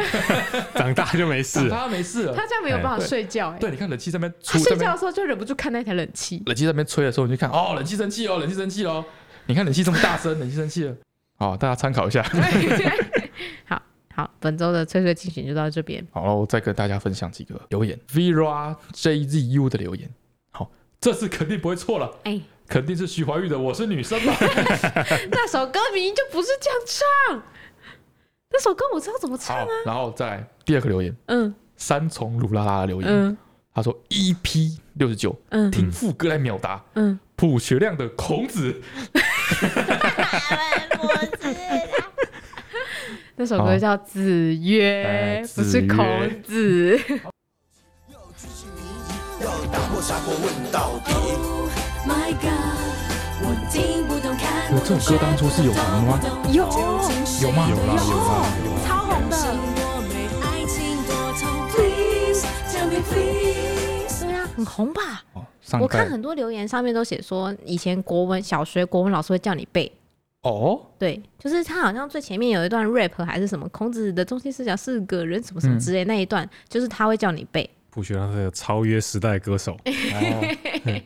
长大就没事啊
*laughs*
长
了，
大没事了。
他这样没有办法睡觉。哎，
嗯对，你看冷气在那边
他
吹，在
睡
那
觉
边
的时候就忍不住看那台冷气。
冷气在那边吹的时候，你就看哦，冷气生气哦，冷气生气哦。你看冷气这么大声，冷气生气了。好，大家参考一下。
好好，本周的吹吹进行就到这边。
好，然后再跟大家分享几个留言，Vera JZU 的留言。好，这次肯定不会错了，
哎，
肯定是徐怀钰的《我是女生》
*laughs*
吧？
那首歌明明就不是这样唱，那首歌我知道怎么唱
好
啊。，
然后再来第二个留言，
嗯
三重鲁拉拉的留言，
嗯
他说 EP 六十九，
嗯
听副歌来秒答。
嗯，
朴学亮的《孔子
那首歌叫《子曰
哎》，
不是
子曰
孔子。 *laughs*
要举起你，要打破砂锅问到底。
My God，我听不懂看不懂。
这首歌当初是有红的吗
有
有吗有啦
有啦
超红的
生活没爱情多痛，Please tell me please。
对啊，很红吧？》
哦，上
我
一代
看很多留言上面都写说，以前国文小学国文老师会叫你背，
哦，
对，就是他好像最前面有一段 rap 还是什么，孔子的中心思想是个人什么什么之类、那一段，就是他会叫你背。
朴学亮是个超越时代的歌手，
哎
哦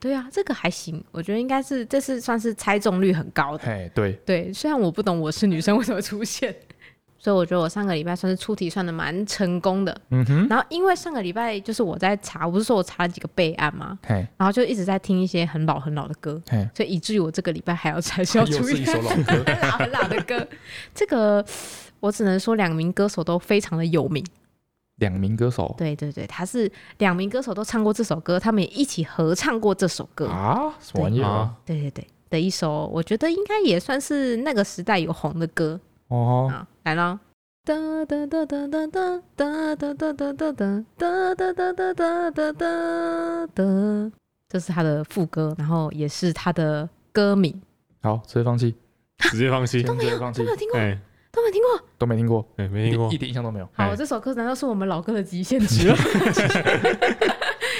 对啊，这个还行，我觉得应该是这次算是猜中率很高的。
嘿，对，
对，虽然我不懂我是女生为什么出现， *laughs* 所以我觉得我上个礼拜算是出题算的蛮成功的。
嗯哼，
然后因为上个礼拜就是我在查，我不是说我查了几个备案吗？
嘿，
然后就一直在听一些很老很老的歌，
嘿，
所以以至于我这个礼拜还要 *laughs* 才是要
又
出
是一
一
首
首
老歌
很老很老的歌。这个我只能说两名歌手都非常的有名，
两名歌手
对对对，他是两名歌手都唱过这首歌，他们也一起合唱过这首歌。
啊，什么玩意儿啊？
对对对，的一首，我觉得应该也算是那个时代有红的歌
哦，
啊。来了，哒哒哒哒哒哒哒哒哒哒哒哒哒哒哒哒哒哒哒哒，这是他的副歌，然后也是他的歌名，
好，直接放弃，
直接放弃。
先直接
*laughs*
放
都
弃
没，有听过，
哎
都没有听过。
都没听过，
哎，没
一
听过
点一。点印象都没有。
好，
哎
这首歌难道是我们老歌的极限值吗？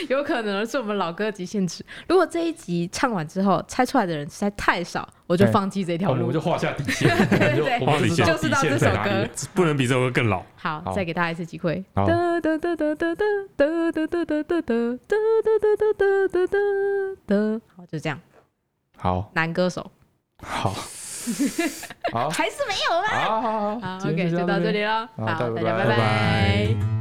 有可能是我们老歌的极限值。如果这一集唱完之后猜出来的人实在太少，我就
哎
放弃这条
我们
路。
我们就画下底
*laughs*
线，
对对
我们就
对
我
画
们
底
知
线
道
就是到
底
这
线在
首
哪里
歌。
不能比这首歌更老。
好，
好
再给大家一次机会。
好
哒哒哒哒哒哒哒哒哒哒哒哒哒哒哒哒哒哒哒。好，就这样。
好
男歌手
*laughs* 好好
还是没有啦。
好好好
好
今
，OK，
天
就到
这
这
边
里了。好，
好大
大
家
家
拜拜
拜拜